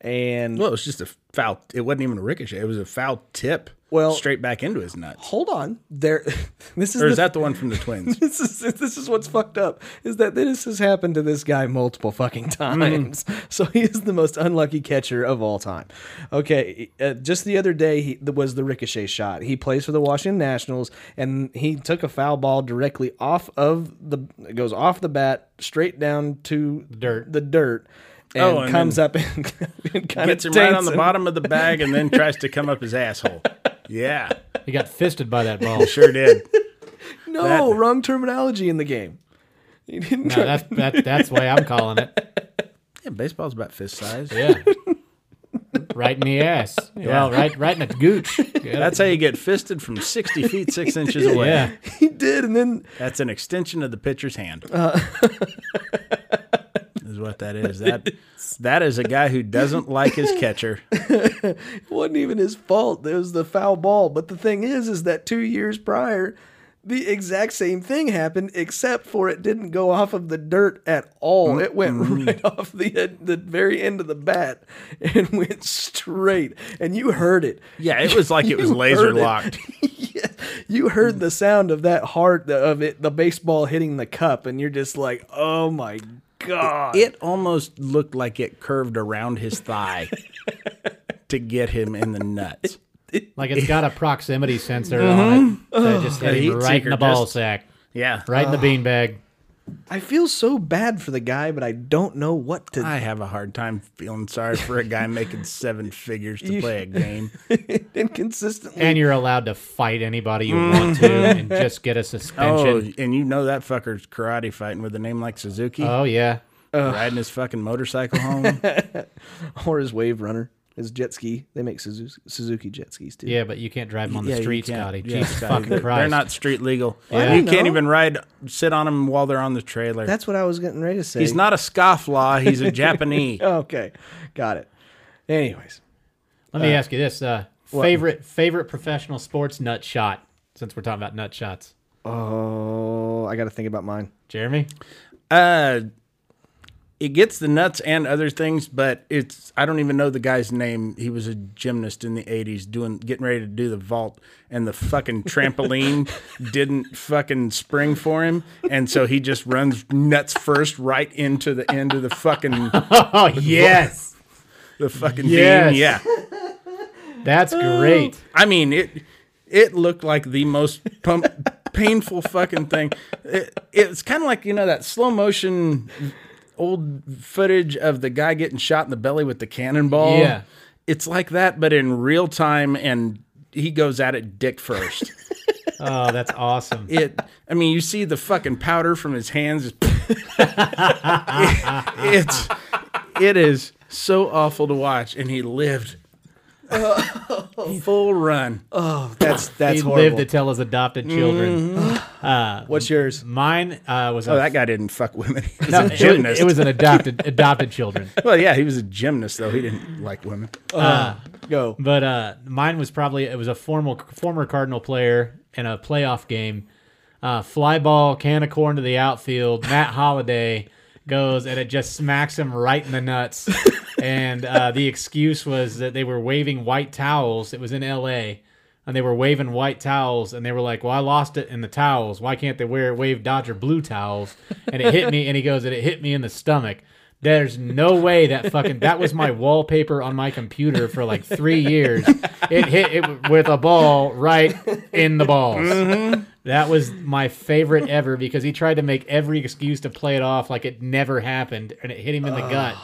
And Well, it was just a foul. It wasn't even a ricochet. It was a foul tip. Well- straight back into his nuts. hold on, there. This is Or the is that the one from the twins? this is this is what's fucked up is that this has happened to this guy multiple fucking Mm-hmm. times. So he is the most unlucky catcher of all time. Okay, uh, just the other day he th- was the ricochet shot. He plays for the Washington Nationals and he took a foul ball directly off of the it goes off the bat straight down to dirt. the dirt. And, Oh, and comes up and, and kind Gets of him right on the bottom of the bag and then tries to come up his asshole. Yeah, He got fisted by that ball. sure did. No, That- wrong terminology in the game. He didn't No, that's that, that's why I'm calling it. Yeah, baseball's about fist size. Yeah. Right in the ass. Well, right right in the gooch. Yeah. That's how you get fisted from 60 feet 6 inches away. yeah. he did, and then That's an extension of the pitcher's hand. is what that is. That that is a guy who doesn't like his catcher. wasn't even his fault. It was the foul ball. But the thing is, is that two years prior, the exact same thing happened, except for it didn't go off of the dirt at all. It went right off the end, the very end of the bat and went straight. And you heard it. Yeah, it was like it was You laser heard it. locked. Yeah, you heard the sound of that heart of it, the baseball hitting the cup, and you're just like, oh my god. It almost looked like it curved around his thigh to get him in the nuts. Like it's got a proximity sensor on it. Mm-hmm. So it just hit heat him right seeker in the ball Oh, just- Ah. sack. Yeah. Right in the beanbag. I feel so bad for the guy, but I don't know what to. I have a hard time feeling sorry for a guy making seven figures to You- play a game. inconsistently. And you're allowed to fight anybody you want to and just get a Mm-hmm. Oh, suspension. and you know that fucker's karate fighting with a name like Suzuki, Oh, yeah. riding his fucking motorcycle home. or his wave runner, his jet ski. They make Suzuki, Suzuki jet skis too. Yeah, but you can't drive them on the Yeah, you streets, can't. Scotty. Yeah, Jesus Scotty, fucking they're- Christ. They're not street legal. I You don't can't know. even ride, sit on them while they're on the trailer. That's what I was getting ready to say. he's not a scofflaw. He's a Japanese. Okay, got it. Anyways, Let me ask you this: uh, favorite favorite professional sports nut shot? Since we're talking about nut shots, oh, I got to think about mine. Jeremy. Uh, it gets the nuts and other things, but it's I don't even know the guy's name. He was a gymnast in the '80s, doing getting ready to do the vault, and the fucking trampoline didn't fucking spring for him, and so he just runs nuts first right into the end of the fucking Oh yes, the fucking Yes. beam. Yeah. that's great. I mean it. It looked like the most pump, painful fucking thing. It, it's kind of like you know that slow motion old footage of the guy getting shot in the belly with the cannonball. Yeah. it's like that, but in real time, and he goes at it dick first. Oh, that's awesome. It. I mean, you see the fucking powder from his hands. It- it's. It is so awful to watch, and he lived. Full run. That's that's he horrible. lived to tell his adopted children. What's yours? Mine uh, was Mm-hmm. Oh, a, that guy didn't fuck women. He was no, a it was- gymnast. It was an adopted adopted children. well, yeah, he was a gymnast though. He didn't like women. Go. But uh, mine was probably it was a formal former Cardinal player in a playoff game. Uh, fly ball, can of corn to the outfield. Matt Holiday goes and it just smacks him right in the nuts. and uh, the excuse was that they were waving white towels. It was in L.A. and they were waving white towels and they were like, "Well, I lost it in the towels. Why can't they wear wave Dodger blue towels?" And it hit me, and he goes, "And it hit me in the stomach." There's no way that fucking that was my wallpaper on my computer for like three years. It hit it with a ball right in the balls. Mm-hmm. That was my favorite ever because he tried to make every excuse to play it off like it never happened, and it hit him in the gut.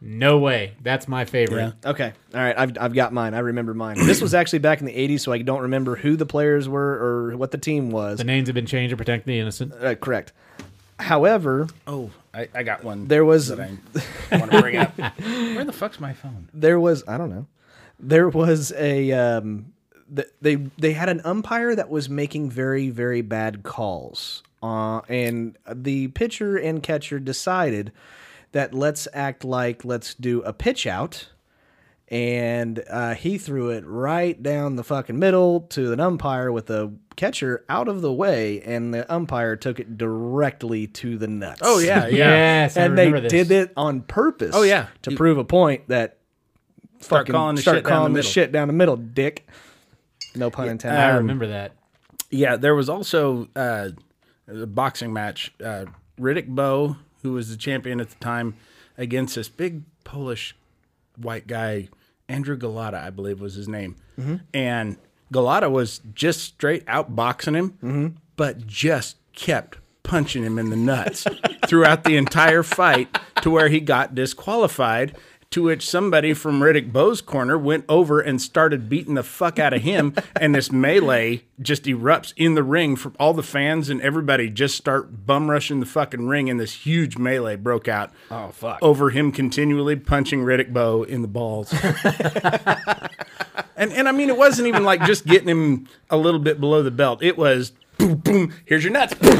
No way. That's my favorite. Okay. All right. I've, I've got mine. I remember mine. This was actually back in the 80s, so I don't remember who the players were or what the team was. The names have been changed to protect the innocent. Uh, correct. However, Oh, I, I got one. there was that I want to bring up. Where the fuck's my phone? there was I don't know. There was a um, th- they they had an umpire that was making very very bad calls, uh, and the pitcher and catcher decided that let's act like let's do a pitch out, and uh, he threw it right down the fucking middle to an umpire with a catcher out of the way, and the umpire took it directly to the nuts. Oh yeah, yeah. Yes, I and they remember this. did it on purpose. Oh, yeah. to You- prove a point that Start fucking calling the start shit down calling the this middle. shit down the middle, dick. No pun intended. I remember that. Yeah, there was also uh, a boxing match. Uh, Riddick Bowe, who was the champion at the time, against this big Polish white guy, Andrew Galata, I believe was his name. And Galata was just straight out boxing him, but just kept punching him in the nuts throughout the entire fight to where he got disqualified. To which somebody from Riddick Bowe's corner went over and started beating the fuck out of him, and this melee just erupts in the ring from all the fans and everybody just start bum rushing the fucking ring, and this huge melee broke out. Oh fuck! Over him continually punching Riddick Bowe in the balls. And and I mean, it wasn't even like just getting him a little bit below the belt. It was boom, boom. Here's your nuts. Boom,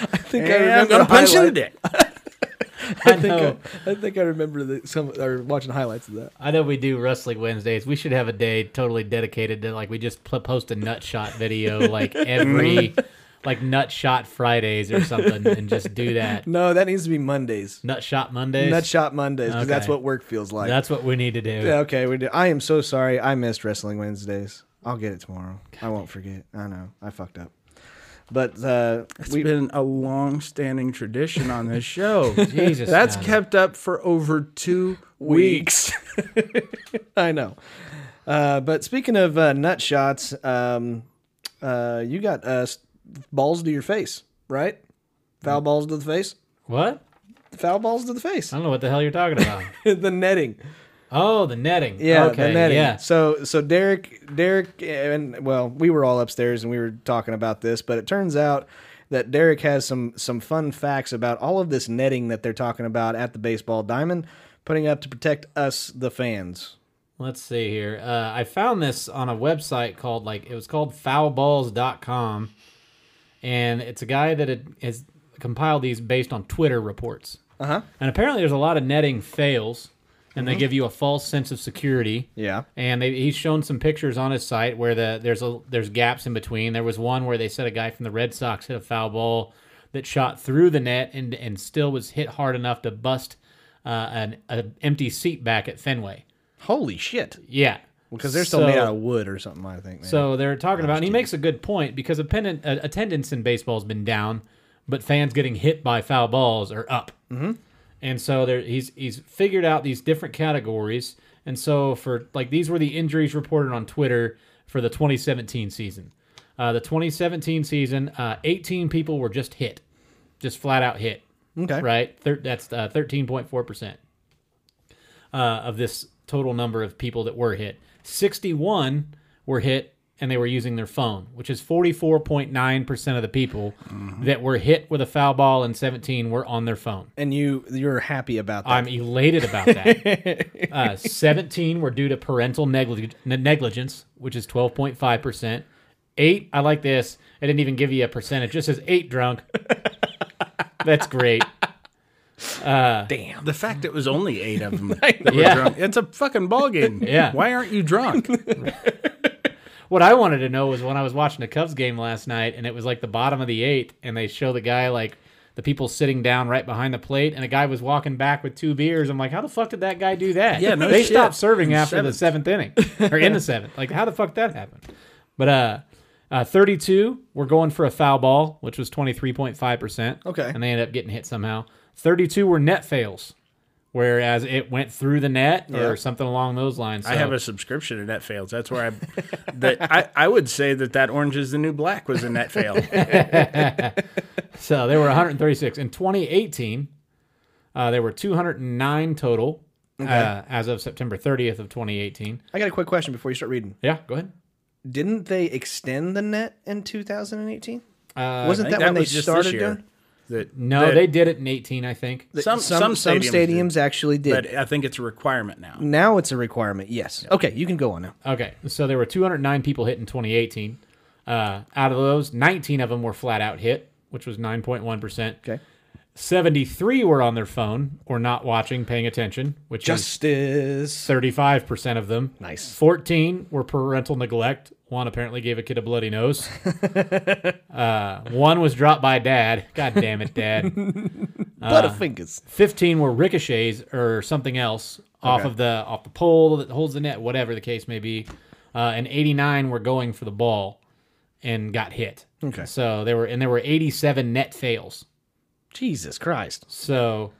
I think and I'm gonna punch in the dick. I think know. I, I think I remember the, some or watching highlights of that. I know we do wrestling Wednesdays. We should have a day totally dedicated to like we just pl- post a nut shot video like every Mm. like nut shot Fridays or something and just do that. No, that needs to be Mondays. Nut shot Mondays. Nutshot Mondays, because that's Okay. what work feels like. That's what we need to do. Yeah, okay, we do. I am so sorry. I missed Wrestling Wednesdays. I'll get it tomorrow. I won't forget. I know. I fucked up. But uh, It's we been a long-standing tradition on this show. Jesus, That's Tyler. kept up for over two weeks. I know. Uh, but speaking of uh, nut shots, um, uh, you got uh, s- balls to your face, right? Foul balls to the face. What? Foul balls to the face. I don't know what the hell you're talking about. the netting. oh, the netting. Yeah, Okay. the netting. Yeah. So so Derek Derek and well, we were all upstairs and we were talking about this, but it turns out that Derek has some some fun facts about all of this netting that they're talking about at the baseball diamond putting up to protect us the fans. Let's see here. Uh, I found this on a website called like it was called foulballs.com and it's a guy that had, has compiled these based on Twitter reports. Uh-huh. Mm-hmm. And apparently there's a lot of netting fails and they give you a false sense of security. Yeah. And they, he's shown some pictures on his site where the there's a there's gaps in between. There was one where they said a guy from the Red Sox hit a foul ball that shot through the net and and still was hit hard enough to bust uh, an a empty seat back at Fenway. Holy shit. Yeah, Because they're still So- made out of wood or something, I think. man. So they're talking about, and he makes a good point because attendant, uh, attendance in baseball has been down, but fans getting hit by foul balls are up. Mm-hmm. And so there, he's he's figured out these different categories. And so for like these were the injuries reported on Twitter for the 2017 season. Uh, the 2017 season, uh, 18 people were just hit, just flat out hit. Okay. Right. Thir- that's uh, 13.4 percent uh, of this total number of people that were hit. 61 were hit and they were using their phone, which is 44.9% of the people that were hit with a foul ball and 17 were on their phone. and you you're happy about that. I'm elated about that. uh, 17 were due to parental neglig- ne- negligence, which is 12.5%. Eight, I like this. I didn't even give you a percentage. It just says eight drunk. That's great. The fact it was only eight of them that were Yeah. drunk. It's a fucking ball game. Yeah. Why aren't you drunk? What I wanted to know was when I was watching the Cubs game last night, and it was like the bottom of the eighth, and they show the guy like the people sitting down right behind the plate, and a guy was walking back with two beers. I'm like, how the fuck did that guy do that? Yeah, no they shit. stopped serving In after the seventh inning or in the seventh. Like, how the fuck that happened? But uh, uh, 32, we're going for a foul ball, which was 23.5 percent. Okay. and they ended up getting hit somehow. 32 were net fails. Whereas it went through the net or Yeah. something along those lines. I So- have a subscription to Netfails. That's where I, that I, I would say that that Orange is the New Black was a Netfail. So there were 136 in 2018. Uh, there were 209 total uh, as of September 30th of 2018. I got a quick question before you start reading. Yeah, go ahead. Didn't they extend the net in 2018? Uh, I Wasn't think that, when was they just this started year. doing? That- No, that- they did it in 18, I think. Some- some, some some stadiums stadiums, do. actually did. But I think it's a requirement now. Now it's a requirement. Yes. Okay, you can go on now. Okay, so there were 209 people hit in 2018. Uh, out of those, 19 of them were flat out hit, which was 9.1 percent. Okay. 73 were on their phone or not watching, paying attention, which is Justice. 35% of them. Nice. 14 were parental neglect. One apparently gave a kid a bloody nose. uh, one was dropped by dad. God damn it, dad. Uh, Butterfingers. 15 were ricochets or something else off of the off the pole that holds the net, whatever the case may be. Uh, and 89 were going for the ball and got hit. Okay. So there were and there were 87 net fails. Jesus Christ. So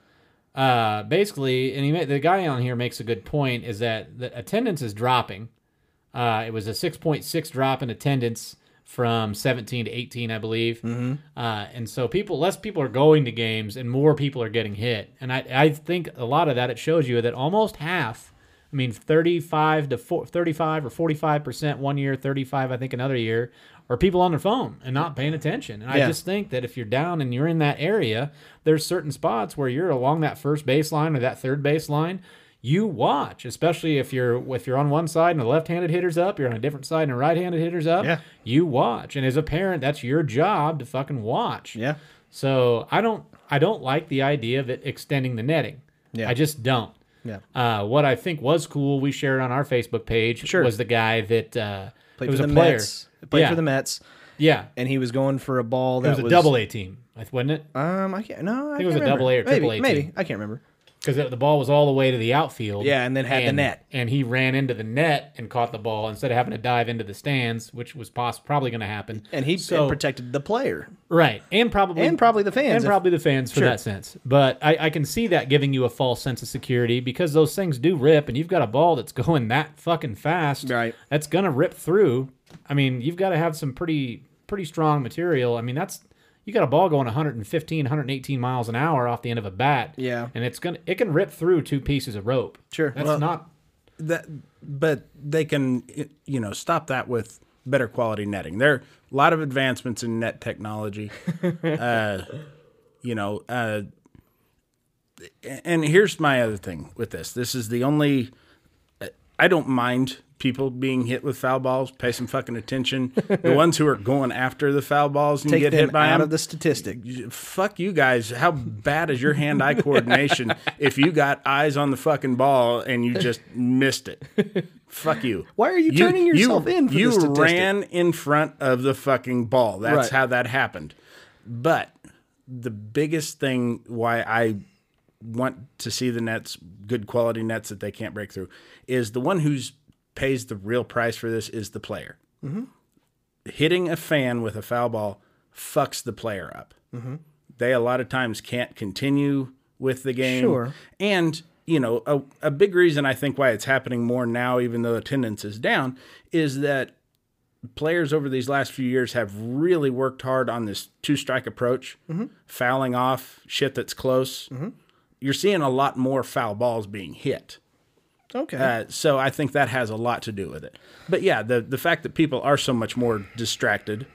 uh, basically, and he ma- the guy on here makes a good point is that the attendance is dropping. Uh, it was a 6.6 drop in attendance, from 17 to 18, I believe. Uh, and so people, less people are going to games, and more people are getting hit. And I, I think a lot of that it shows you that almost half, I mean, 35 to 4, 35 or 45 percent one year, 35 I think another year, are people on their phone and not paying attention. And Yeah. I just think that if you're down and you're in that area, there's certain spots where you're along that first baseline or that third baseline. You watch, especially if you're if you're on one side and the left-handed hitter's up, you're on a different side and a right-handed hitter's up. Yeah. You watch, and as a parent, that's your job to fucking watch. Yeah. So I don't I don't like the idea of it extending the netting. Yeah. I just don't. Yeah. Uh, what I think was cool, we shared on our Facebook page, Sure. was the guy that uh, Played it was for a the player. Mets. Played yeah. for the Mets, Yeah. and he was going for a ball that It was a double A team, I th- wasn't it? Um, I can't. No, I, think it was can't a remember. double A or maybe, triple A Maybe team. I can't remember. Because the ball was all the way to the outfield. Yeah, and then had the net. And he ran into the net and caught the ball instead of having to dive into the stands, which was poss- probably going to happen. And he So- protected the player. Right, and probably And probably the fans, and if- probably the fans for Sure. that sense. But I, I can see that giving you a false sense of security because those things do rip, and you've got a ball that's going that fucking fast. Right. that's gonna rip through. I mean, you've got to have some pretty pretty strong material. I mean, that's you got a ball going 115, 118 miles an hour off the end of a bat. Yeah. and it's gonna it can rip through two pieces of rope. Sure. that's Well- not that but they can you know stop that with better quality netting there are a lot of advancements in net technology uh, you know uh, and here's my other thing with this this is the only uh, i don't mind people being hit with foul balls pay some fucking attention the ones who are going after the foul balls and Take get them hit by out them of the statistic. fuck you guys. How bad is your hand eye coordination if you got eyes on the fucking ball and you just missed it? Fuck you. Why are you turning yourself in for you this statistic? ran in front of the fucking ball. That's Right. how that happened. But the biggest thing why I want to see the nets, good quality nets that they can't break through, is the one who's pays the real price for this is the player hitting a fan with a foul ball fucks the player up. They a lot of times can't continue with the game. Sure. And, you know, a, a big reason I think why it's happening more now, even though attendance is down, is that players over these last few years have really worked hard on this two strike approach, fouling off shit that's close. You're seeing a lot more foul balls being hit. Okay. Uh, so I think that has a lot to do with it. But yeah, the the fact that people are so much more distracted,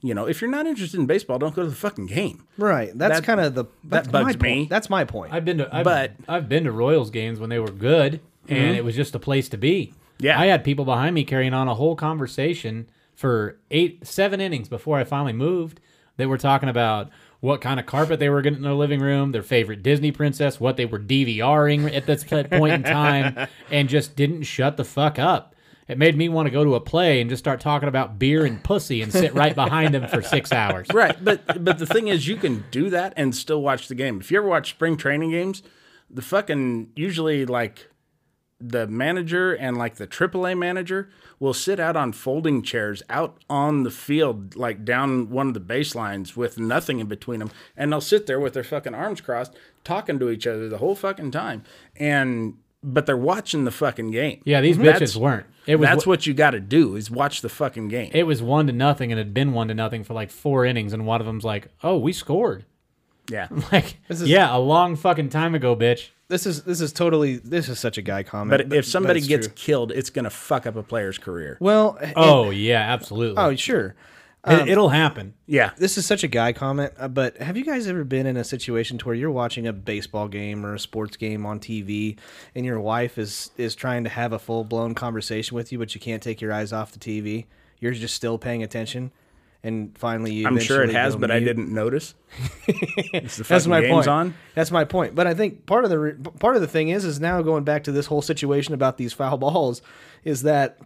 you know, if you're not interested in baseball, don't go to the fucking game. right. That's that- kind of the that's bugs my me. Point. That's my point. I've been to I've, But- Mhm. I've been to Royals games when they were good, and it was just a place to be. Yeah. I had people behind me carrying on a whole conversation for eight seven innings before I finally moved. They were talking about what kind of carpet they were getting in their living room, their favorite Disney princess, what they were DVRing at this point in time, and just didn't shut the fuck up. It made me want to go to a play and just start talking about beer and pussy and sit right behind them for six hours. Right. But but the thing is, you can do that and still watch the game. If you ever watch spring training games, the fucking usually like the manager and like the AAA manager will sit out on folding chairs out on the field, like down one of the baselines with nothing in between them. And they'll sit there with their fucking arms crossed, talking to each other the whole fucking time. And, but they're watching the fucking game. Yeah, these Mm-hmm. That's- bitches weren't. It was that's what you got to do is watch the fucking game. it was one to nothing and had been one to nothing for like four innings and one of them's like oh we scored yeah. like is- yeah a long fucking time ago bitch this is this is totally this is such a guy comment. But if somebody it's gets true. killed, it's going to fuck up a player's career. well, it- oh yeah absolutely oh um, sure. it, it'll happen Yeah. This is such a guy comment, uh, but have you guys ever been in a situation to where you're watching a baseball game or a sports game on TV, and your wife is is trying to have a full blown conversation with you, but you can't take your eyes off the TV? You're just still paying attention, and finally you. I'm sure it eventually has, go but I mute. didn't notice. It's the That's fucking my game's point. on. That's my point. But I think part of the re- part of the thing is is now going back to this whole situation about these foul balls is that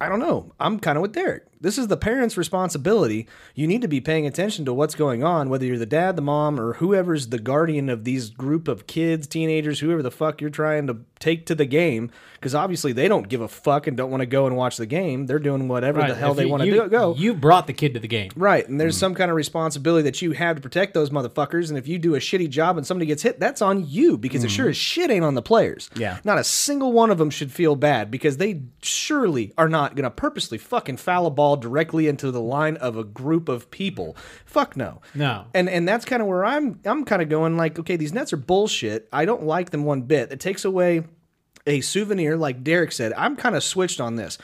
I don't know. I'm kind of with Derek. This is the parents' responsibility. You need to be paying attention to what's going on, whether you're the dad, the mom, or whoever's the guardian of these group of kids, teenagers, whoever the fuck you're trying to take to the game. Because obviously they don't give a fuck and don't want to go and watch the game. They're doing whatever the Right, hell if they you- want to you- do. Go. you brought the kid to the game Right, and there's some kind of responsibility that you have to protect those motherfuckers. And if you do a shitty job and somebody gets hit, that's on you because it sure as shit ain't on the players. Yeah. not a single one of them should feel bad because they surely are not going to purposely fucking foul a ball ball directly into the line of a group of people. Fuck no. No. And and that's kind of where I'm I'm kind of going like, okay, these nets are bullshit. I don't like them one bit. It takes away a souvenir, like Derek said. I'm kind of switched on this.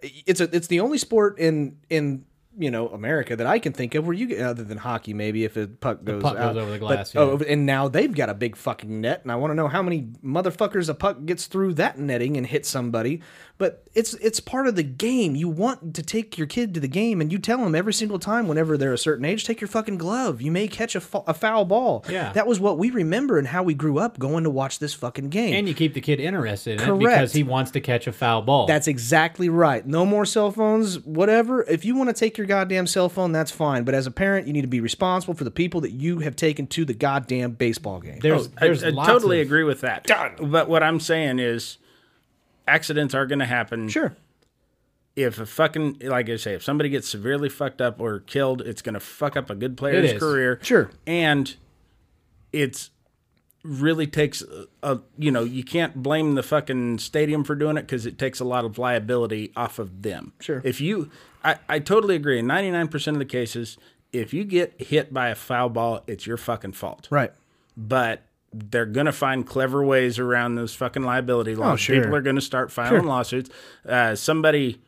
It's a it's the only sport in in you know America that I can think of where you get other than hockey maybe if a puck goes puck goes out. over the But- glass, oh, and now they've got a big fucking net, and I want to know how many motherfuckers a puck gets through that netting and hits somebody. But it's it's part of the game. You want to take your kid to the game, and you tell them every single time whenever they're a certain age, take your fucking glove. You may catch a, fo- a foul ball. Yeah. that was what we remember and how we grew up going to watch this fucking game. And you keep the kid interested in it Correct. because he wants to catch a foul ball. That's exactly right. No more cell phones, whatever. If you want to take your goddamn cell phone, that's fine. But as a parent, you need to be responsible for the people that you have taken to the goddamn baseball game. Um, there's, I, there's I lots totally of, agree with that. But what I'm saying is, accidents are going to happen. Sure. If a fucking like I say, if somebody gets severely fucked up or killed, it's going to fuck up a good It player's is. career. Sure. And it's really takes a, a you know you can't blame the fucking stadium for doing it because it takes a lot of liability off of them Sure. if you i, I totally agree in 99% of the cases if you get hit by a foul ball it's your fucking fault Right. but they're going to find clever ways around those fucking liability laws. Oh, sure. People are going to start filing lawsuits. Uh, somebody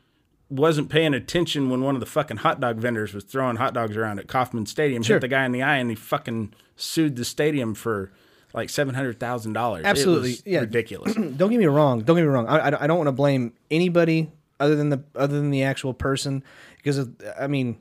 wasn't paying attention when one of the fucking hot dog vendors was throwing hot dogs around at Kauffman Stadium, Sure. hit the guy in the eye, and he fucking sued the stadium for like seven hundred thousand dollars. Absolutely. Yeah. ridiculous. Don't get me wrong. Don't get me wrong. I, I, I don't want to blame anybody other than the other than the actual person because of, I mean,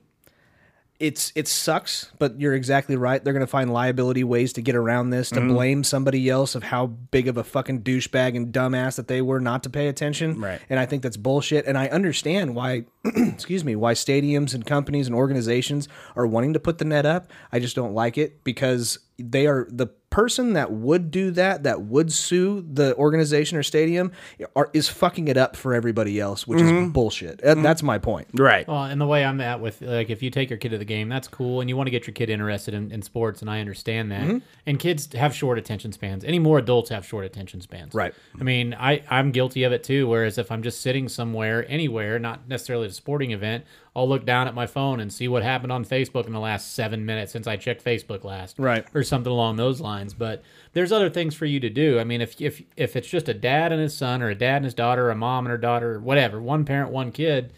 it's it sucks. But you're exactly right. They're gonna find liability ways to get around this to blame somebody else of how big of a fucking douchebag and dumbass that they were not to pay attention. Right. And I think that's bullshit. And I understand why, excuse me, why stadiums and companies and organizations are wanting to put the net up. I just don't like it because they are the person that would do that, that would sue the organization or stadium, are, is fucking it up for everybody else, which is bullshit. And that's my point. right. Well, Uh, and the way I'm at with like if you take your kid to the game, that's cool, and you want to get your kid interested in, in sports, and I understand Mm-hmm. that. And kids have short attention spans. Any more adults have short attention spans. Right. I mean, I I'm guilty of it too. Whereas if I'm just sitting somewhere, anywhere, not necessarily at a sporting event, I'll look down at my phone and see what happened on Facebook in the last seven minutes since I checked Facebook last, Right. Or something along those lines. But there's other things for you to do. I mean, if if if it's just a dad and his son, or a dad and his daughter, or a mom and her daughter, whatever, one parent, one kid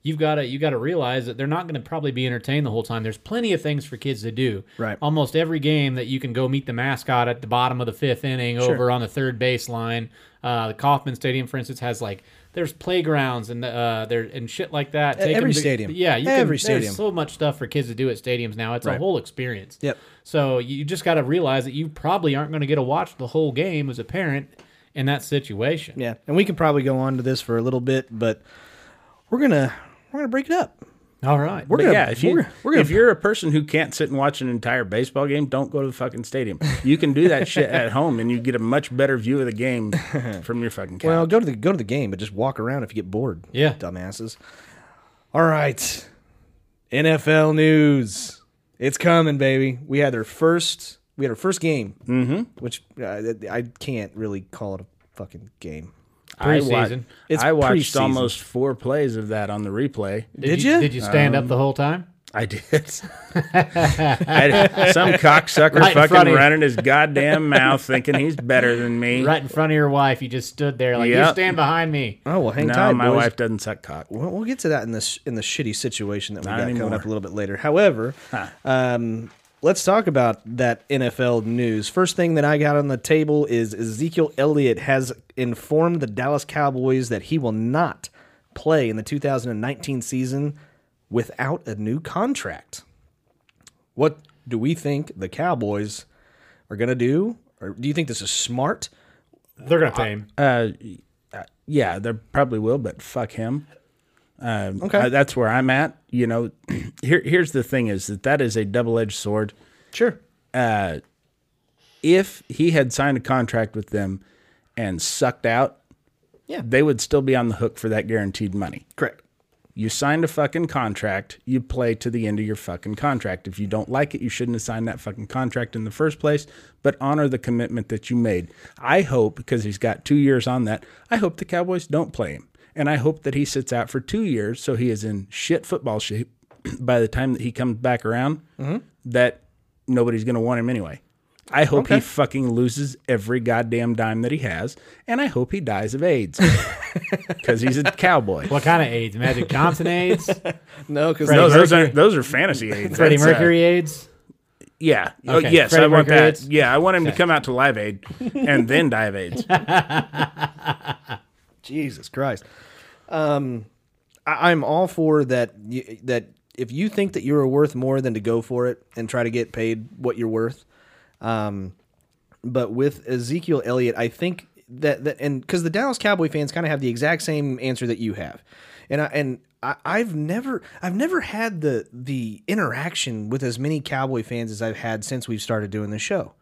you've got to you got to realize that they're not going to probably be entertained the whole time. There's plenty of things for kids to do. Right. Almost every game that you can go meet the mascot at the bottom of the fifth inning, over on the third baseline. Uh, the Kauffman Stadium, for instance, has like there's playgrounds and uh, there and shit like that. Take E, every them to- stadium. Yeah, you can, Every there's stadium. so much stuff for kids to do at stadiums now. It's a whole experience. Yep. So you just got to realize that you probably aren't going to get to watch the whole game as a parent in that situation. Yeah, and we can probably go on to this for a little bit, but we're gonna we're gonna break it up. All right. We're But gonna yeah, if, you, we're, we're gonna if you're a person who can't sit and watch an entire baseball game, don't go to the fucking stadium. You can do that shit at home, and you get a much better view of the game from your fucking couch. well go to the go to the game, but just walk around if you get bored. Yeah. dumbasses. All right, NFL news. It's coming, baby. We had our first we had our first game, mm-hmm. which uh, I can't really call it a fucking game. I wa- Preseason. It's I watched preseason. almost four plays of that on the replay. Did ya? Um, Did you stand up the whole time? I did. I- some cocksucker Right in front of fucking you. running his goddamn mouth, thinking he's better than me. right in front of your wife. You just stood there like you Yep. stand behind me. Oh well, hang No, tight, my boys. wife doesn't suck cock. We'll, we'll get to that in this in the shitty situation that we got coming anymore. up a little bit later. However, um, let's talk about that NFL news. First thing that I got on the table is Ezekiel Elliott has informed the Dallas Cowboys that he will not play in the 2019 season without a new contract. What do we think the Cowboys are going to do? Or do you think this is smart? They're gonna pay him. Uh, yeah, there probably will, but fuck him. Um, Okay. I- that's where I'm at. You know, here here's the thing: is that that is a double edged sword. Sure. If he had signed a contract with them and sucked out, Yeah. they would still be on the hook for that guaranteed money. Correct. You signed a fucking contract. You play to the end of your fucking contract. If you don't like it, you shouldn't have signed that fucking contract in the first place, but honor the commitment that you made. I hope, because he's got two years on that, I hope the Cowboys don't play him And I hope that he sits out for two years so he is in shit football shape by the time that he comes back around that nobody's going to want him anyway. I hope he fucking loses every goddamn dime that he has. And I hope he dies of AIDS because he's a cowboy. What kind of AIDS? Magic Johnson AIDS? No, because No, those are those are fantasy AIDS. Freddie That's, uh, Mercury AIDS? Yeah. oh, Okay, yes, Freddie I want Mercury that. AIDS? Yeah, I want him to come out to Live Aid and then die of AIDS. Jesus Christ. Um, I, I'm all for that. You, that if you think that you are worth more than to go for it and try to get paid what you're worth, um, but with Ezekiel Elliott, I think that that and because the Dallas Cowboy fans kind of have the exact same answer that you have, and I and. I- I've never, I've never had the the interaction with as many Cowboy fans as I've had since we've started doing this show.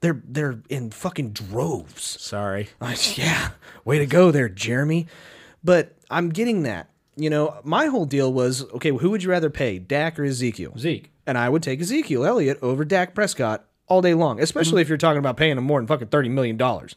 They're they're in fucking droves. Sorry. I- yeah, way to go there, Jeremy. But I'm getting that. You know, my whole deal was okay, who would you rather pay, Dak or Ezekiel? Zeke. And I would take Ezekiel Elliott over Dak Prescott all day long, especially if you're talking about paying him more than fucking $30 million. Mm-hmm. I-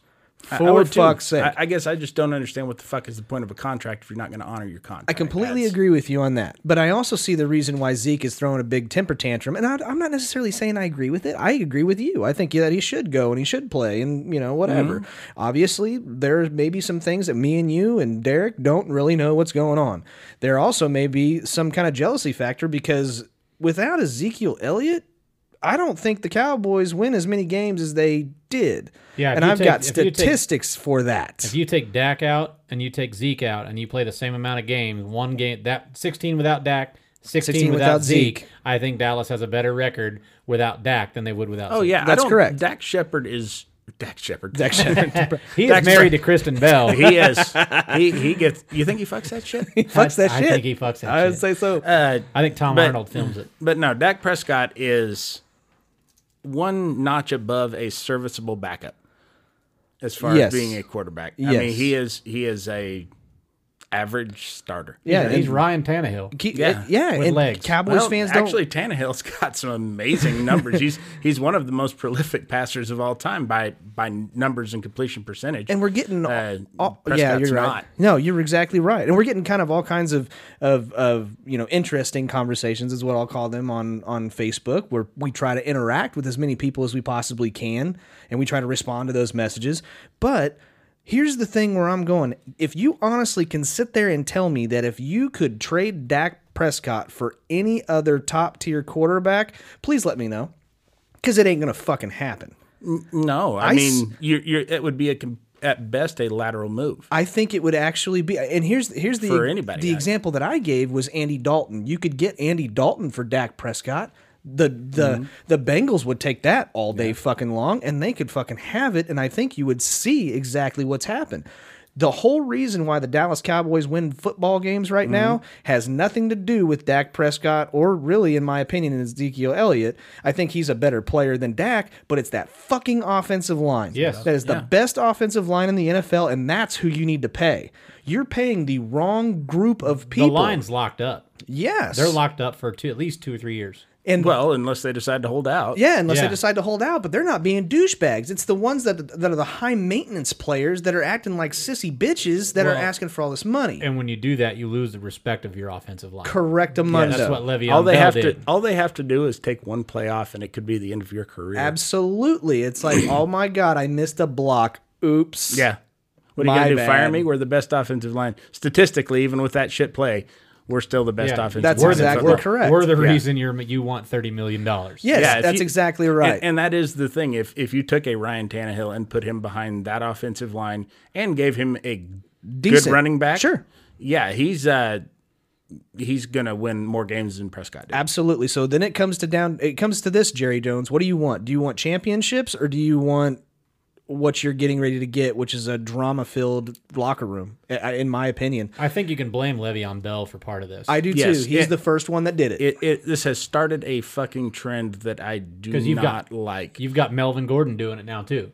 I For would too. fuck's sake. I, I guess I just don't understand what the fuck is the point of a contract if you're not going to honor your contract. I completely That's- agree with you on that. But I also see the reason why Zeke is throwing a big temper tantrum. And I, I'm not necessarily saying I agree with it. I agree with you. I think that he should go and he should play and, you know, whatever. Mm-hmm. Obviously, there may be some things that me and you and Derek don't really know what's going on. There also may be some kind of jealousy factor because without Ezekiel Elliott, I don't think the Cowboys win as many games as they did. Yeah, if and you I've take- got if you take- statistics for that. If you take Dak out and you take Zeke out and you play the same amount of games, one game that 16 without Dak, 16, 16 without, without Zeke, Zeke. I think Dallas has a better record without Dak than they would without. Oh Zeke. yeah, I That's don't- correct. Dak Shepard is Dak Shepard. Dak Shepard. he Dak's is married fr- to Kristen Bell. he is. He he gets. You think he fucks that shit? fucks that I shit. think he fucks that I would shit. say so. Uh, I think Tom But- Arnold films it. but no, Dak Prescott is one notch above a serviceable backup as far Yes. as being a quarterback. Yes. I mean, he is he is a average starter. yeah, he's and- Ryan Tannehill. Keep, yeah, Yeah. yeah, With and legs. Cowboys Well, fans don't. actually Tannehill's got some amazing numbers. he's he's one of the most prolific passers of all time by by numbers and completion percentage. and we're getting, all- uh, all- yeah, Prescott's you're right. not. No, you're exactly right, and we're getting kind of all kinds of of of you know interesting conversations is what I'll call them on on Facebook, where we try to interact with as many people as we possibly can, and we try to respond to those messages. But here's the thing where I'm going: if you honestly can sit there and tell me that if you could trade Dak Prescott for any other top tier quarterback, please let me know, because it ain't gonna fucking happen. No, I, I s- mean, you're, you're, it would be a com- at best a lateral move. I think it would actually be. And here's here's the For anybody, the I- example that I gave was Andy Dalton. You could get Andy Dalton for Dak Prescott. The the the Bengals would take that all day fucking long, and they could fucking have it. And I think you would see exactly what's happened. The whole reason why the Dallas Cowboys win football games right now has nothing to do with Dak Prescott or really, in my opinion, Ezekiel Elliott. I think he's a better player than Dak, but it's that fucking offensive line. Yes. That is the best offensive line in the NFL, and that's who you need to pay. You're paying the wrong group of people. The line's locked up. Yes. They're locked up for two, at least two or three years. And Well, unless they decide to hold out. yeah, unless they Yeah. decide to hold out, but they're not being douchebags. It's the ones that that are the high maintenance players that are acting like sissy bitches that are Well- asking for all this money. And when you do that, you lose the respect of your offensive line. Correct Amundo. That's what Le'Veon all they Bell have did. to all they have to do is take one play off, and it could be the end of your career. Absolutely. It's like, oh my god, I missed a block. Oops. yeah. What are My you gonna do? bad. Fire me? We're the best offensive line statistically, even with that shit play. We're still the best Yeah. offensive. That's line in exactly football. correct. We're the Yeah. reason you're you want thirty million dollars. Yes, if that's you- exactly right. And, and that is the thing. If if you took a Ryan Tannehill and put him behind that offensive line and gave him a Decent. good running back, Sure. yeah, he's uh, he's gonna win more games than Prescott. Did. Absolutely. So then it comes to down it comes to this, Jerry Jones. What do you want? Do you want championships or do you want what you're getting ready to get, which is a drama filled locker room, I- I- in my opinion. I think you can blame Le'Veon Bell for part of this. I do Yes, too. He's it- the first one that did it. It, it this has started a fucking trend that I do 'Cause you've not got- like. You've got Melvin Gordon doing it now too.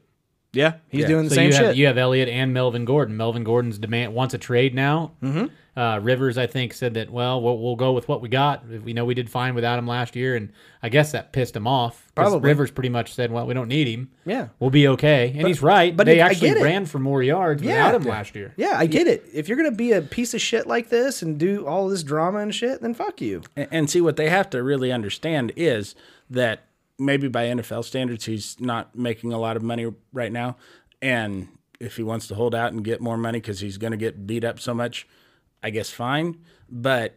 Yeah, he's doing the So same you have shit. you have Elliott and Melvin Gordon. Melvin Gordon's demand wants a trade now. Mm-hmm. Uh, Rivers, I think, said that well, we'll we'll go with what we got. We know we did fine without him last year, and I guess that pissed him off. 'cause Probably. Rivers pretty much said, well, we don't need him. Yeah. we'll be okay, and he's right. but But they I actually get it. ran for more yards without him last year. yeah, I get it. If you're gonna be a piece of shit like this and do all this drama and shit, then fuck you. And, and see what they have to really understand is that maybe by NFL standards, he's not making a lot of money right now. And if he wants to hold out and get more money because he's going to get beat up so much, I guess fine. But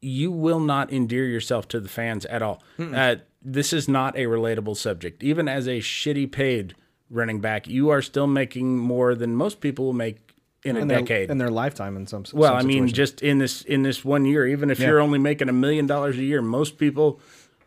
you will not endear yourself to the fans at all. Uh, this is not a relatable subject. Even as a shitty paid running back, you are still making more than most people will make in a In their, decade. in their lifetime, in some Well, some I mean, situations. just in this in this one year, even if you're only making a million dollars a year, most people,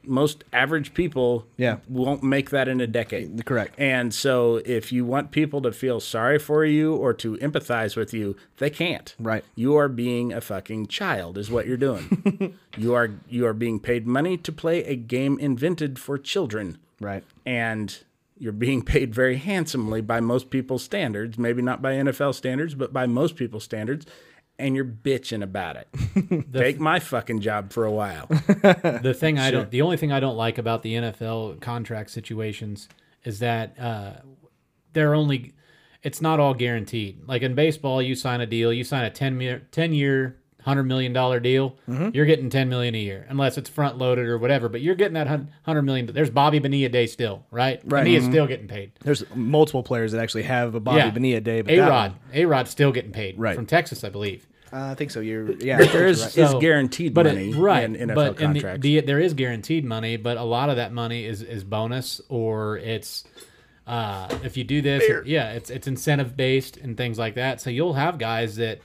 most average people, Yeah. won't make that in a decade. Correct. And so, if you want people to feel sorry for you or to empathize with you, they can't. Right. You are being a fucking child, is what you're doing. you are you are being paid money to play a game invented for children right. and you're being paid very handsomely by most people's standards, maybe not by NFL standards, but by most people's standards, and you're bitching about it. Take my fucking job for a while. the thing I don't, the only thing I don't like about the NFL contract situations is that uh, they're only, it's not all guaranteed. Like in baseball, you sign a deal, you sign a 10 year, 10 year, hundred million dollar deal, Mm-hmm. you're getting 10 million a year, unless it's front loaded or whatever, but you're getting that hun- hundred million. There's Bobby Bonilla day still, right? Right. Bonilla's still getting paid. There's multiple players that actually have a Bobby Bonilla day, but A that Rod, one- A Rod's still getting paid Right. from Texas, I believe. Uh, I think so. You're yeah. There is, is So- guaranteed but money it, right, in NFL but in the- contracts. the- there is guaranteed money, but a lot of that money is is bonus or it's uh, if you do this, yeah, it's it's incentive based and things like that. So you'll have guys that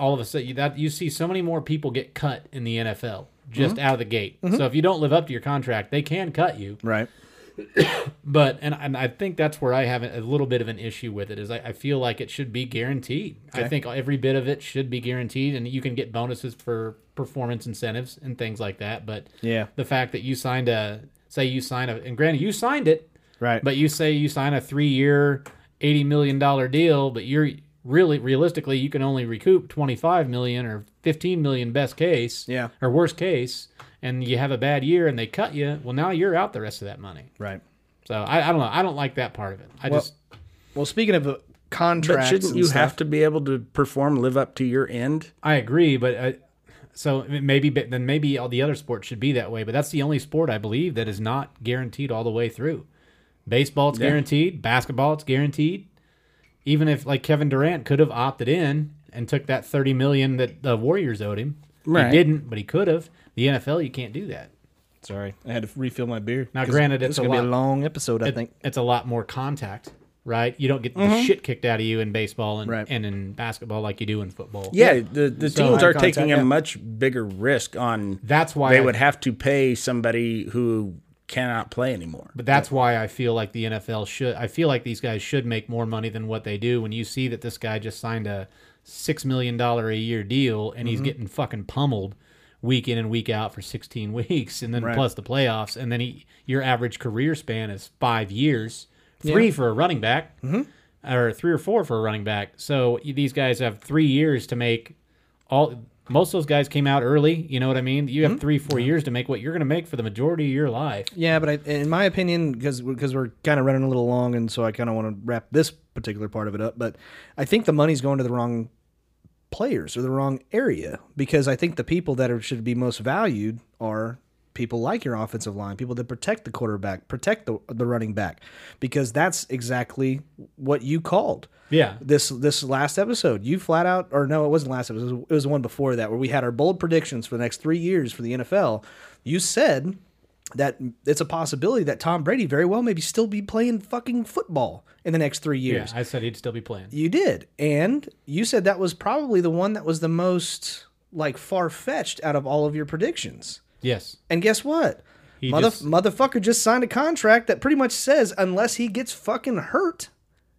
all of a sudden you, that you see so many more people get cut in the NFL just Mm-hmm. out of the gate. So if you don't live up to your contract, they can cut you. right. But and, and I think that's where I have a little bit of an issue with it is I, I feel like it should be guaranteed. I think every bit of it should be guaranteed, and you can get bonuses for performance incentives and things like that. But Yeah. the fact that you signed a say you sign a and granted you signed it, Right. But you say you sign a three year, eighty million dollar deal, but you're really realistically you can only recoup twenty five million or fifteen million best case, Yeah. or worst case, and you have a bad year and they cut you. Well, now you're out the rest of that money. Right. So I, I don't know. I don't like that part of it. I just Well, speaking of uh, but contracts, shouldn't and you stuff, have to be able to perform, live up to your end? I agree, but I, so maybe but then maybe all the other sports should be that way. But that's the only sport I believe that is not guaranteed all the way through. Baseball, it's guaranteed. Basketball, it's guaranteed. Even if like Kevin Durant could have opted in and took that thirty million that the Warriors owed him, Right. he didn't, but he could have. The NFL, you can't do that. Sorry, I had to refill my beer. Now, 'Cause granted, this it's is a gonna be a lot- long episode. I it- think. it's a lot more contact, right? You don't get the shit kicked out of you in baseball and, Right. and in basketball like you do in football. Yeah, the, the So- teams Eye are contact, taking yeah. a much bigger risk on. That's why they I- would have to pay somebody who cannot play anymore. But that's why I feel like the NFL should. I feel like these guys should make more money than what they do. When you see that this guy just signed a six million dollar a year deal and he's getting fucking pummeled week in and week out for sixteen weeks, and then plus the playoffs, and then he your average career span is five years, three for a running back, or three or four for a running back. So these guys have three years to make all. Most of those guys came out early. You know what I mean? You have three, four years to make what you're going to make for the majority of your life. Yeah, but I, in my opinion, because because we're kind of running a little long, and so I kind of want to wrap this particular part of it up. But I think the money's going to the wrong players or the wrong area because I think the people that are, should be most valued are people like your offensive line, people that protect the quarterback, protect the the running back, because that's exactly what you called. Yeah. This this last episode, you flat out, or no, it wasn't last episode. It was, it was the one before that where we had our bold predictions for the next three years for the NFL. You said that it's a possibility that Tom Brady very well maybe still be playing fucking football in the next three years. Yeah, I said he'd still be playing. You did. And you said that was probably the one that was the most like far fetched out of all of your predictions. Yes. And guess what? Mother- just- motherfucker just signed a contract that pretty much says unless he gets fucking hurt,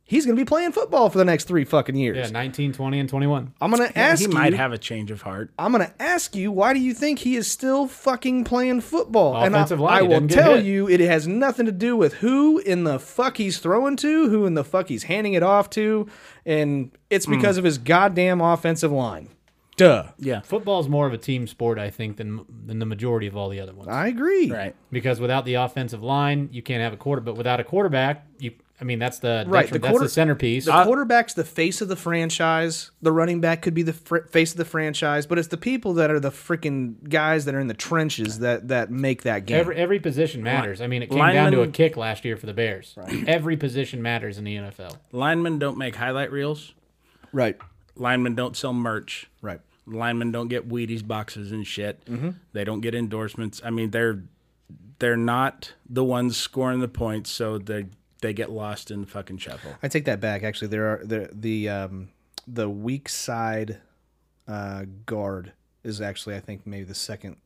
he's going to be playing football for the next three fucking years. Yeah, 19, 20, and 21. I'm going to ask he you. might have a change of heart. I'm going to ask you, why do you think he is still fucking playing football? Offensive and I, line, I he will didn't get tell hit. you, it has nothing to do with who in the fuck he's throwing to, who in the fuck he's handing it off to, and it's Hmm. because of his goddamn offensive line. Duh. Yeah. Football's more of a team sport, I think, than than the majority of all the other ones. I agree. Right. Because without the offensive line, you can't have a quarter. But without a quarterback, you I mean, that's the Right, detriment- the that's quarter- the centerpiece. The quarterback's the face of the franchise. The running back could be the fr- face of the franchise, but it's the people that are the freaking guys that are in the trenches that that make that game. Every every position matters. I mean, it came down to a Linemen- kick last year for the Bears. Every position matters in the NFL. Linemen don't make highlight reels. right. Linemen don't sell merch. Right. Mm-hmm. Linemen don't get Wheaties boxes and shit. They don't get endorsements. I mean, they're they're not the ones scoring the points, so they they get lost in the fucking shuffle. I take that back. Actually, there are the the um, the weak side uh, guard is actually I think maybe the second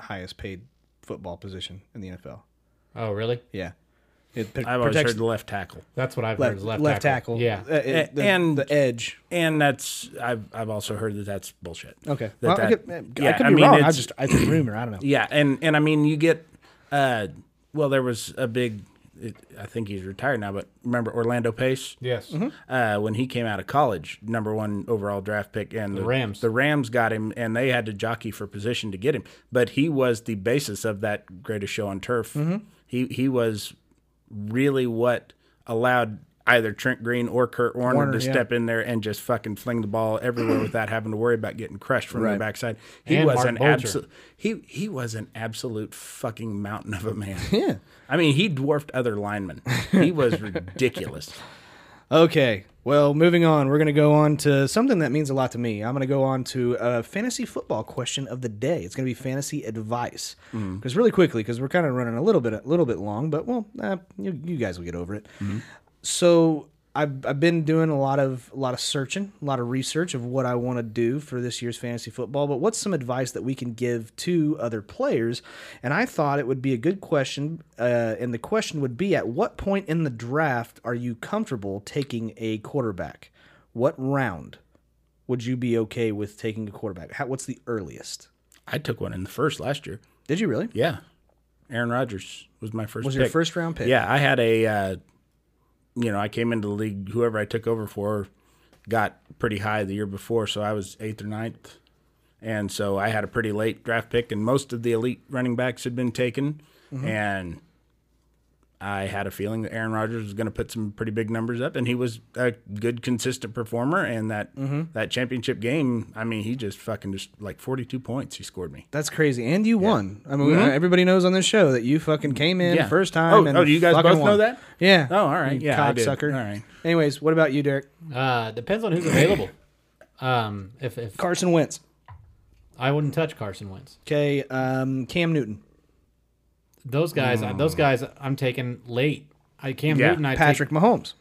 highest paid football position in the NFL. Oh, really? Yeah, it p- I've always protects heard the left tackle, That's what I've heard. left, is left, left, tackle. Yeah. Uh, it- A- the- and- the edge. and that's I've I've also heard that that's bullshit. Okay, That well, I that- could, I yeah, could be I mean, wrong. I it's- just it's a rumor. I don't know. Yeah, and and I mean you get, uh, well there was a big, it, I think he's retired now, but remember Orlando Pace? Yes. Uh, when he came out of college, number one overall draft pick, and the, Rams. the Rams got him, and they had to jockey for position to get him. But he was the basis of that greatest show on turf. He he was really what allowed either Trent Green or Kurt Warner, to step in there and just fucking fling the ball everywhere without having to worry about getting crushed from the backside. He And was Mark an Bulger. absolute he he was an absolute fucking mountain of a man. Yeah. I mean, he dwarfed other linemen. He was ridiculous. Okay. Well, moving on, we're going to go on to something that means a lot to me. I'm going to go on to a fantasy football question of the day. It's going to be fantasy advice. Because really quickly, because we're kind of running a little bit a little bit long, but well, uh, you, you guys will get over it. So I've, I've been doing a lot of a lot of searching, a lot of research of what I want to do for this year's fantasy football. But what's some advice that we can give to other players? And I thought it would be a good question. Uh, and the question would be: At what point in the draft are you comfortable taking a quarterback? What round would you be okay with taking a quarterback? How, what's the earliest? I took one in the first last year. Did you really? Yeah. Aaron Rodgers was my first Was pick. your first round pick? Yeah, I had a uh, you know, I came into the league whoever I took over for got pretty high the year before, so I was 8th or ninth, And so I had a pretty late draft pick and most of the elite running backs had been taken Mm-hmm. and I had a feeling that Aaron Rodgers was going to put some pretty big numbers up, and he was a good, consistent performer. And that Mm-hmm. that championship game, I mean, he just fucking just like forty two points he scored me. That's crazy. And you won. I mean, everybody knows on this show that you fucking came in Mm-hmm. Yeah. first time. Oh, and oh, you guys fucking both know won. that? Yeah. Oh, all right. You Yeah, I did. Cocksucker. All right. Anyways, what about you, Derek? Uh, depends on who's available. um, if, if Carson Wentz. I wouldn't touch Carson Wentz, Okay. Um, Cam Newton. those guys, those guys, I'm taking late. I Cam Hmm. Yeah. Newton, I take Patrick Mahomes.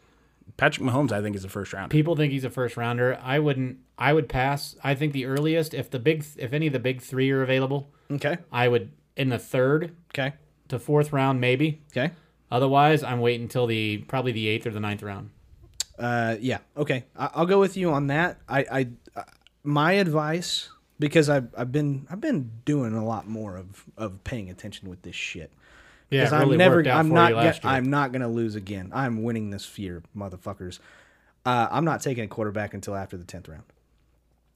Patrick Mahomes, I think, is the first round. people think he's a first rounder. I wouldn't. I would pass. I think the earliest, if the big, if any of the big three are available, Okay. I would in the third Okay. to fourth round maybe. Okay. Otherwise, I'm waiting until the probably the eighth or the ninth round. Uh, yeah. Okay. I- I'll go with you on that. I, I, I my advice because I've, I've been I've been doing a lot more of of paying attention with this shit. Yeah, Because it really I'm never, worked out I'm for not, you ga- last year. I'm not gonna lose again. I'm winning this year, motherfuckers. Uh, I'm not taking a quarterback until after the tenth round.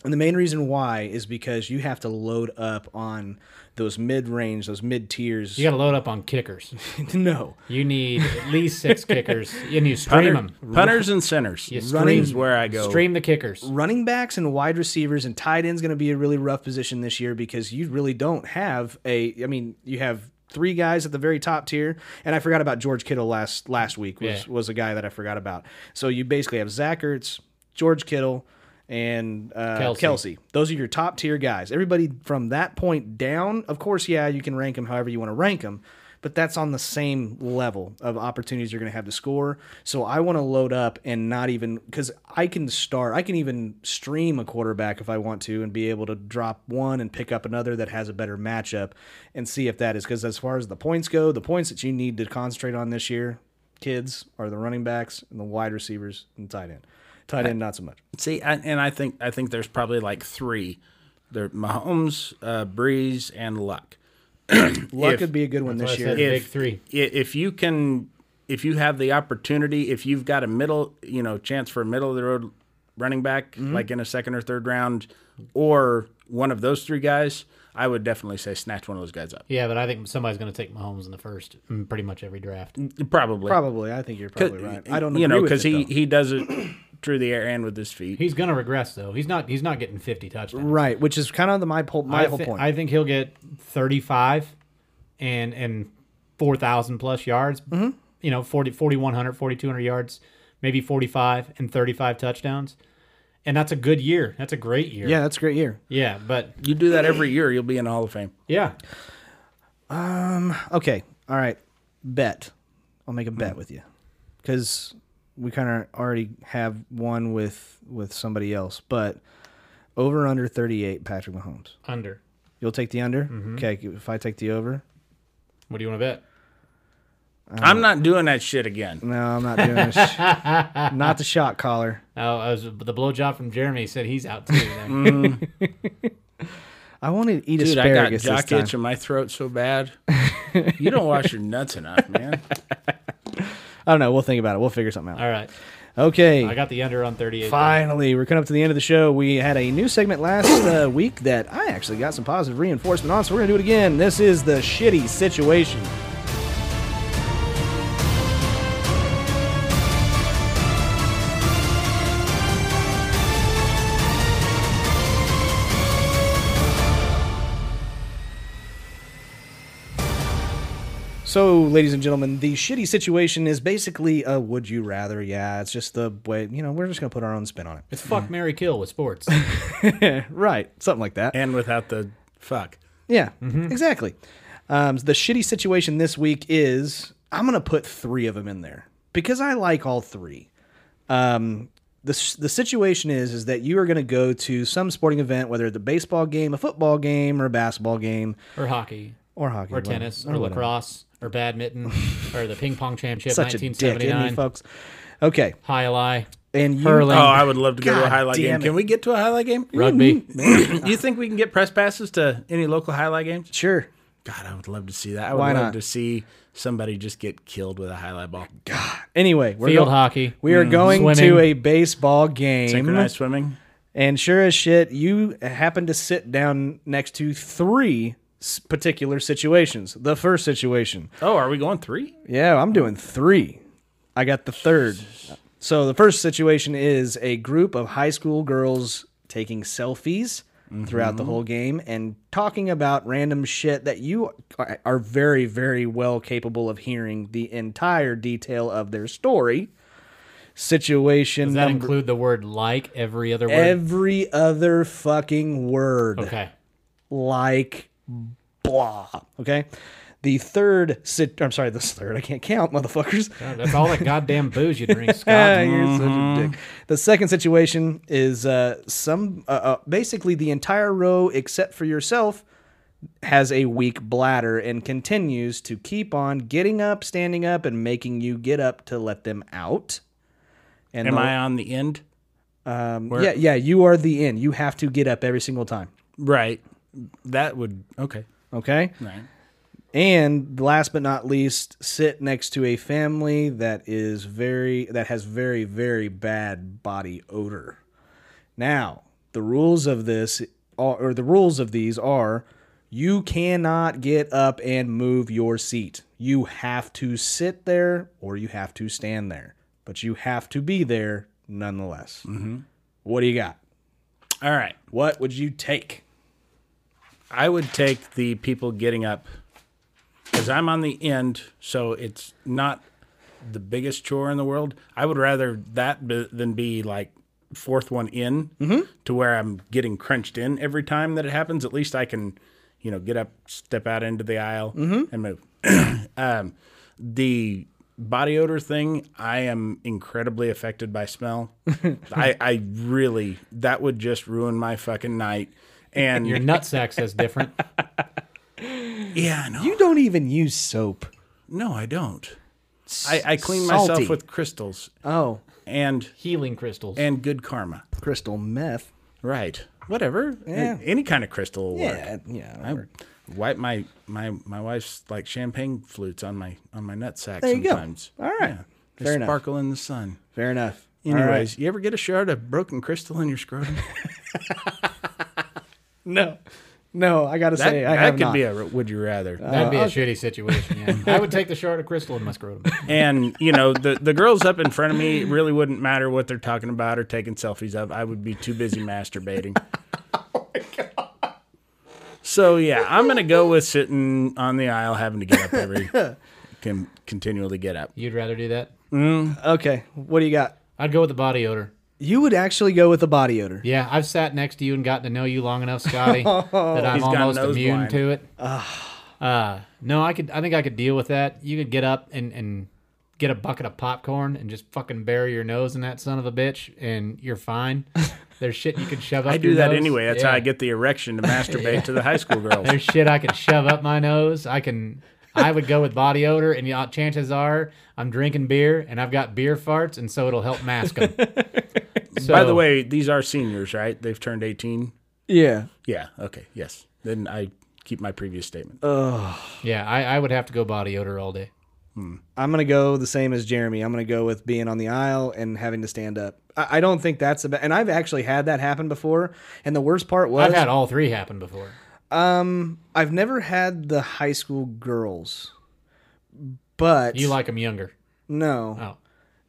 And the main reason why is because you have to load up on those mid range, those mid tiers. You got to load up on kickers. no, You need at least six kickers, and you stream Punter, them. punters and centers. stream- Streams where I go. Stream the kickers. running backs and wide receivers and tight ends going to be a really rough position this year because you really don't have a. I mean, you have three guys at the very top tier, and I forgot about George Kittle last last week was Yeah. was a guy that I forgot about. So you basically have Zach Ertz, George Kittle, and uh, Kelsey. Kelsey. Those are your top tier guys. Everybody from that point down, of course, yeah, you can rank them however you want to rank them. But that's on the same level of opportunities you're going to have to score. So I want to load up and not even because I can start, I can even stream a quarterback if I want to and be able to drop one and pick up another that has a better matchup and see if that is. Because as far as the points go, the points that you need to concentrate on this year, kids are the running backs and the wide receivers and tight end. Tight end, not so much. See, I, and I think I think there's probably like three. There, Mahomes, uh, Breeze, and Luck. Luck If- could be a good one That's this what year. I said. if, Big three. i- If you can, if you have the opportunity, if you've got a middle, you know, chance for a middle of the road running back, like in a second or third round, or one of those three guys, I would definitely say snatch one of those guys up. Yeah, but I think somebody's going to take Mahomes in the first, mm, pretty much every draft. Probably, Probably, I think you're probably right. I don't uh, you know because he he does it through the air and with his feet. He's going to regress though. He's not. He's not getting fifty touchdowns. right, which is kind of the, my whole my I whole thi- point. I think he'll get 35 and and 4,000 plus yards. Mm-hmm. You know, 40, 4,100, 4,200 yards, maybe 45 and 35 touchdowns. And that's a good year. That's a great year. yeah, that's a great year. Yeah, but You do that every year, you'll be in the Hall of Fame. yeah. Okay, all right, bet. I'll make a Hmm. bet with you because we kind of already have one with with somebody else, but over under 38 Patrick Mahomes. Under. You'll take the under. Mm-hmm. Okay, if I take the over, What do you want to bet? I'm not doing that shit again. no, I'm not doing this. not the shot caller. Oh, I was, the blowjob from Jeremy said he's out too. then. Mm-hmm. I want to eat Dude, I got asparagus jock this itch time. in my throat so bad. you don't wash your nuts enough, man. I don't know. We'll think about it. We'll figure something out. All right. Okay. I got the under on 38. Finally, we're coming up to the end of the show. We had a new segment last uh, week that I actually got some positive reinforcement on, so we're going to do it again. This is the shitty situation. So, ladies and gentlemen, the shitty situation is basically a would you rather. Yeah, it's just the way, you know, we're just going to put our own spin on it. It's fuck Mary Kill with sports. Right, something like that. And without the fuck. Yeah, Mm-hmm. exactly. Um, the shitty situation this week is I'm going to put three of them in there because I like all three. Um, the, s- the situation is is that you are going to go to some sporting event, whether it's a baseball game, a football game, or a basketball game, or hockey. or hockey, Or tennis. Or, lacrosse. Or badminton. or the ping pong championship Such a dick, isn't 1979. he, folks? Okay, High lie. and you, Hurling. Oh, I would love to go to a God highlight game. damn it. Can we get to a highlight game? Rugby. you think we can get press passes to any local highlight games? sure, God, I would love to see that. I would Why love not? to see somebody just get killed with a highlight ball. Anyway, we're Field go- hockey. Mm. We are going to Swimming. a baseball game, Synchronized swimming. and sure as shit, you happen to sit down next to three s- particular situations. The first situation, Oh, are we going three? yeah, I'm doing three. I got the third. So the first situation is a group of high school girls taking selfies throughout the whole game and talking about random shit that you are- are very, very well capable of hearing the entire detail of their story. Situation Does that number include the word like every other word? every other fucking word okay. like blah. Okay. The third sit. I'm sorry. This third. I can't count, motherfuckers. That's all that goddamn booze you drink, Ah, Scott. you're such a dick. The second situation is uh, some uh, uh, basically the entire row except for yourself has a weak bladder and continues to keep on getting up, standing up, and making you get up to let them out. And Am the- I on the end? Yeah, yeah. You are the end. You have to get up every single time. Right. That would okay. Okay. Right. And last but not least, sit next to a family that is very that has very very bad body odor. Now, the rules of this are, or the rules of these are you cannot get up and move your seat. You have to sit there or you have to stand there, but you have to be there nonetheless. Mm-hmm. What do you got? All right. What would you take? I would take the people getting up because I'm on the end, so it's not the biggest chore in the world. I would rather that b- than be like fourth one in to where I'm getting crunched in every time that it happens. At least I can, you know, get up, step out into the aisle, and move. um, the body odor thing, I am incredibly affected by smell. I, I really that would just ruin my fucking night. And Your nutsack says different. yeah, I know. You don't even use soap. No, I don't. I, I clean Salty. myself with crystals Oh, and Healing crystals. and good karma. crystal meth. Right. Whatever. Yeah. A- Any kind of crystal will work. Yeah, yeah. I wipe my, my my wife's like champagne flutes on my on my nutsack There you go. sometimes. All right. They Fair enough. sparkle in the sun. Fair enough. All right. Anyways, you ever get a shard of broken crystal in your scrotum? no, no. I gotta That, say, I that have could not. be a would you rather. That'd uh, be a shitty situation. Yeah, I would take the shard of crystal in my scrotum. and you know the the girls up in front of me it really wouldn't matter what they're talking about or taking selfies of. I would be too busy masturbating. oh my god. So yeah, I'm gonna go with sitting on the aisle having to get up every can continually get up. You'd rather do that? okay, what do you got? I'd go with the body odor. You would actually go with a body odor. Yeah, I've sat next to you and gotten to know you long enough, Scotty, that I'm He's got almost nose immune blind. to it. Uh, no, I could. I think I could deal with that. You could get up and and get a bucket of popcorn and just fucking bury your nose in that son of a bitch, and you're fine. There's shit you could shove up. I do your that nose. anyway. That's how Yeah. I get the erection to masturbate to the high school girls. There's shit I can shove up my nose. I can. I would go with body odor, and yeah, chances are I'm drinking beer, and I've got beer farts, and so it'll help mask them. By the way, these are seniors, right? They've turned 18. Yeah. Yeah. Okay. Yes. Then I keep my previous statement. yeah, I, I would have to go body odor all day. I'm gonna go the same as Jeremy. I'm gonna go with being on the aisle and having to stand up. I, I don't think that's about. And I've actually had that happen before. And the worst part was I've had all three happen before. I've never had the high school girls, but You like them younger. no, Oh.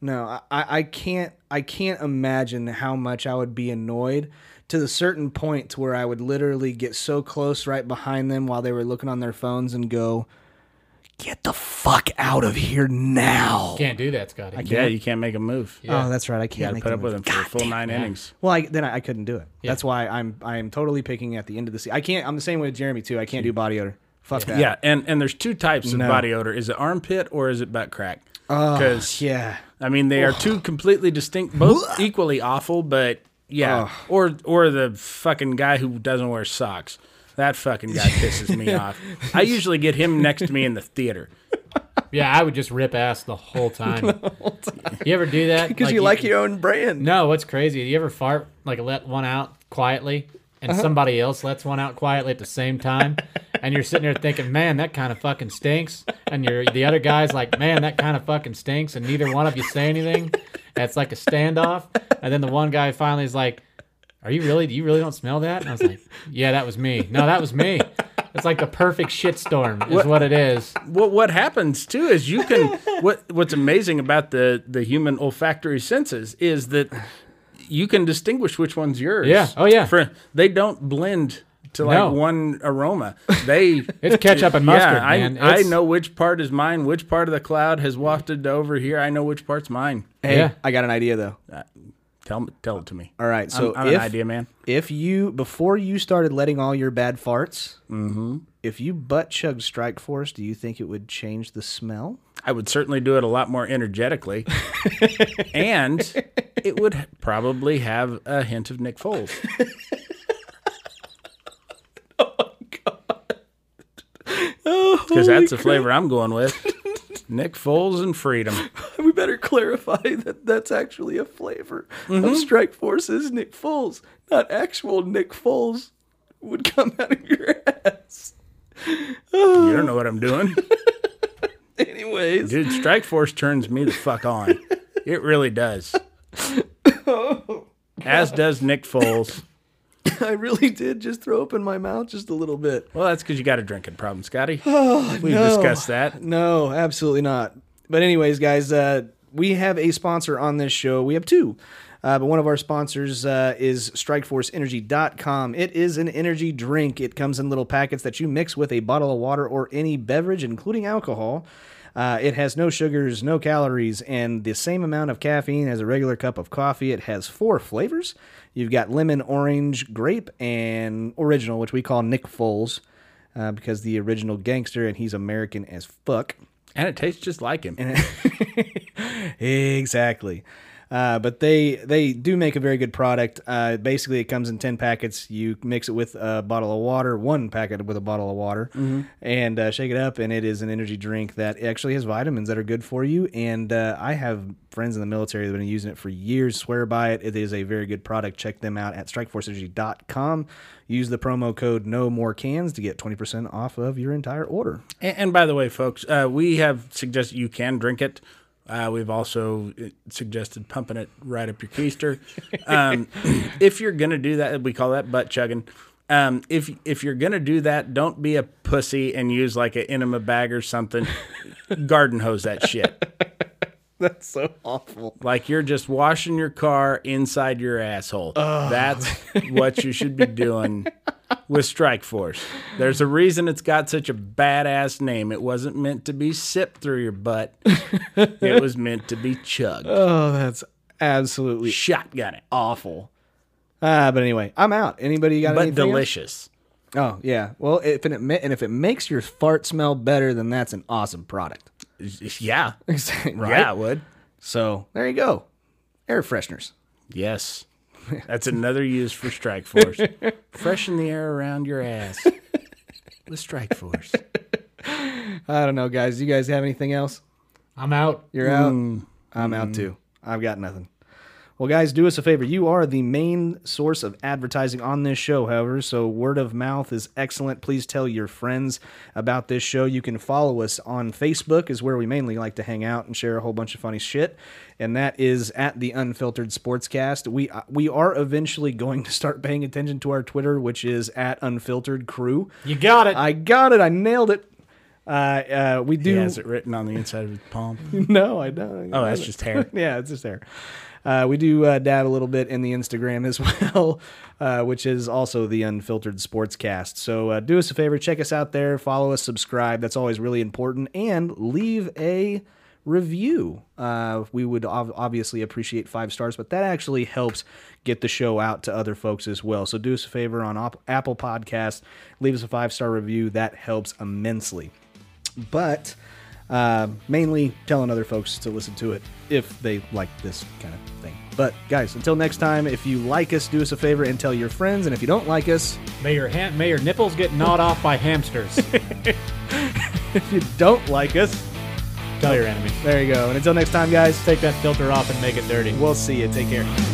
no, I- I, I can't, I can't imagine how much I would be annoyed to the certain point to where I would literally get so close right behind them while they were looking on their phones and go, "Get the fuck out of here now!" Can't do that, Scotty. yeah, you can't make a move. Oh, that's right, I You can't got to make put the up with move. them for a full nine innings. Well, I, then I, I couldn't do it. That's why I'm, I am totally picking at the end of the sea. I can't. I'm the same way with Jeremy too. I can't do body odor. Fuck that. Yeah, and, and there's two types of body odor. Is it armpit or is it butt crack? Because Ah, Yeah. I mean they are two completely distinct, both equally awful. But yeah, or or the fucking guy who doesn't wear socks. That fucking guy pisses me off. I usually get him next to me in the theater. Yeah, I would just rip ass the whole time. You ever do that? Because you like your own brand. No, what's crazy? You ever fart like let one out quietly, and Uh-huh. somebody else lets one out quietly at the same time, and you're sitting there thinking, "Man, that kind of fucking stinks," and you're the other guy's like, "Man, that kind of fucking stinks," and neither one of you say anything. And it's like a standoff, and then the one guy finally is like, "Are you really? Do you really don't smell that?" And I was like, "Yeah, that was me. No, that was me." It's like the perfect shitstorm, is what it is. what what happens too is you can what what's amazing about the the human olfactory senses is that you can distinguish which one's yours. Yeah. Oh, yeah. For, they don't blend to like No. one aroma. They It's ketchup and mustard, yeah, man. I, I It's- know which part is mine, which part of the cloud has wafted over here. I know which part's mine. Hey, Yeah. I got an idea though. Tell tell it to me. All right, so I'm, I'm if, an idea man. if you before you started letting all your bad farts, if you butt chugged Strike Force, do you think it would change the smell? I would certainly do it a lot more energetically, and it would probably have a hint of Nick Foles. Because that's the flavor I'm going with. Nick Foles and freedom. We better clarify that that's actually a flavor of Strike Force is Nick Foles, not actual Nick Foles would come out of your ass. You don't know what I'm doing. Anyways, Dude, Strike Force turns me the fuck on. It really does. As does Nick Foles. I really did just throw open my mouth just a little bit. Well, that's because you got a drinking problem, Scotty. We've discussed that. No, absolutely not. But anyways, guys, uh, we have a sponsor on this show. We have two. Uh, but one of our sponsors uh, is StrikeforceEnergy.com. It is an energy drink. It comes in little packets that you mix with a bottle of water or any beverage, including alcohol. Uh, it has no sugars, no calories, and the same amount of caffeine as a regular cup of coffee. It has four flavors. You've got lemon, orange, grape, and original, which we call Nick Foles uh, because the original gangster and he's American as fuck. And it tastes just like him. Exactly. Uh, but they they do make a very good product. Uh, basically, it comes in ten packets. You mix it with a bottle of water, one packet with a bottle of water, and uh, shake it up. And it is an energy drink that actually has vitamins that are good for you. And uh, I have friends in the military that have been using it for years. Swear by it. It is a very good product. Check them out at StrikeForceEnergy.com. Use the promo code No More Cans to get twenty percent off of your entire order. And, and by the way, folks, uh, we have suggested you can drink it. Uh, we've also uh, suggested pumping it right up your keister. Um, if you're gonna do that, we call that butt chugging. Um, if if you're gonna do that, don't be a pussy and use like an enema bag or something. Garden hose that shit. That's so awful. Like you're just washing your car inside your asshole. That's what you should be doing with Strike Force. There's a reason it's got such a badass name. It wasn't meant to be sipped through your butt. it was meant to be chugged. Oh, that's absolutely Shotgun it. awful. Uh, but anyway, I'm out. Anybody got But anything else? delicious. Oh yeah. Well, if it ma- and if it makes your fart smell better, then that's an awesome product. Yeah. right. Yeah, it would. So there you go. Air fresheners. Yes. That's another use for Strike Force. Freshen the air around your ass with Strike Force. I don't know, guys. You guys have anything else? I'm out. You're out. Mm. I'm out too. I've got nothing. Well, guys, do us a favor. You are the main source of advertising on this show, however, so word of mouth is excellent. Please tell your friends about this show. You can follow us on Facebook, is where we mainly like to hang out and share a whole bunch of funny shit, and that is at the Unfiltered Sportscast. We uh, we are eventually going to start paying attention to our Twitter, which is at Unfiltered Crew. You got it. I got it. I nailed it. Uh, uh, we He do. has it written on the inside of his palm. No, I don't. Oh, that's just hair. yeah, it's just there. Uh, we do uh, dab a little bit in the Instagram as well, uh, which is also the Unfiltered Sportscast. So uh, do us a favor, check us out there, follow us, subscribe. That's always really important, and leave a review. Uh, we would ob- obviously appreciate five stars, but that actually helps get the show out to other folks as well. So do us a favor on op- Apple Podcasts, leave us a five star review. That helps immensely but uh, mainly telling other folks to listen to it if they like this kind of thing. But guys, until next time, if you like us, do us a favor and tell your friends. And if you don't like us, May your ha- may your nipples get gnawed off by hamsters. if you don't like us, Tell your enemy. there you go. And until next time, guys, Take that filter off and make it dirty. we'll see you. Take care.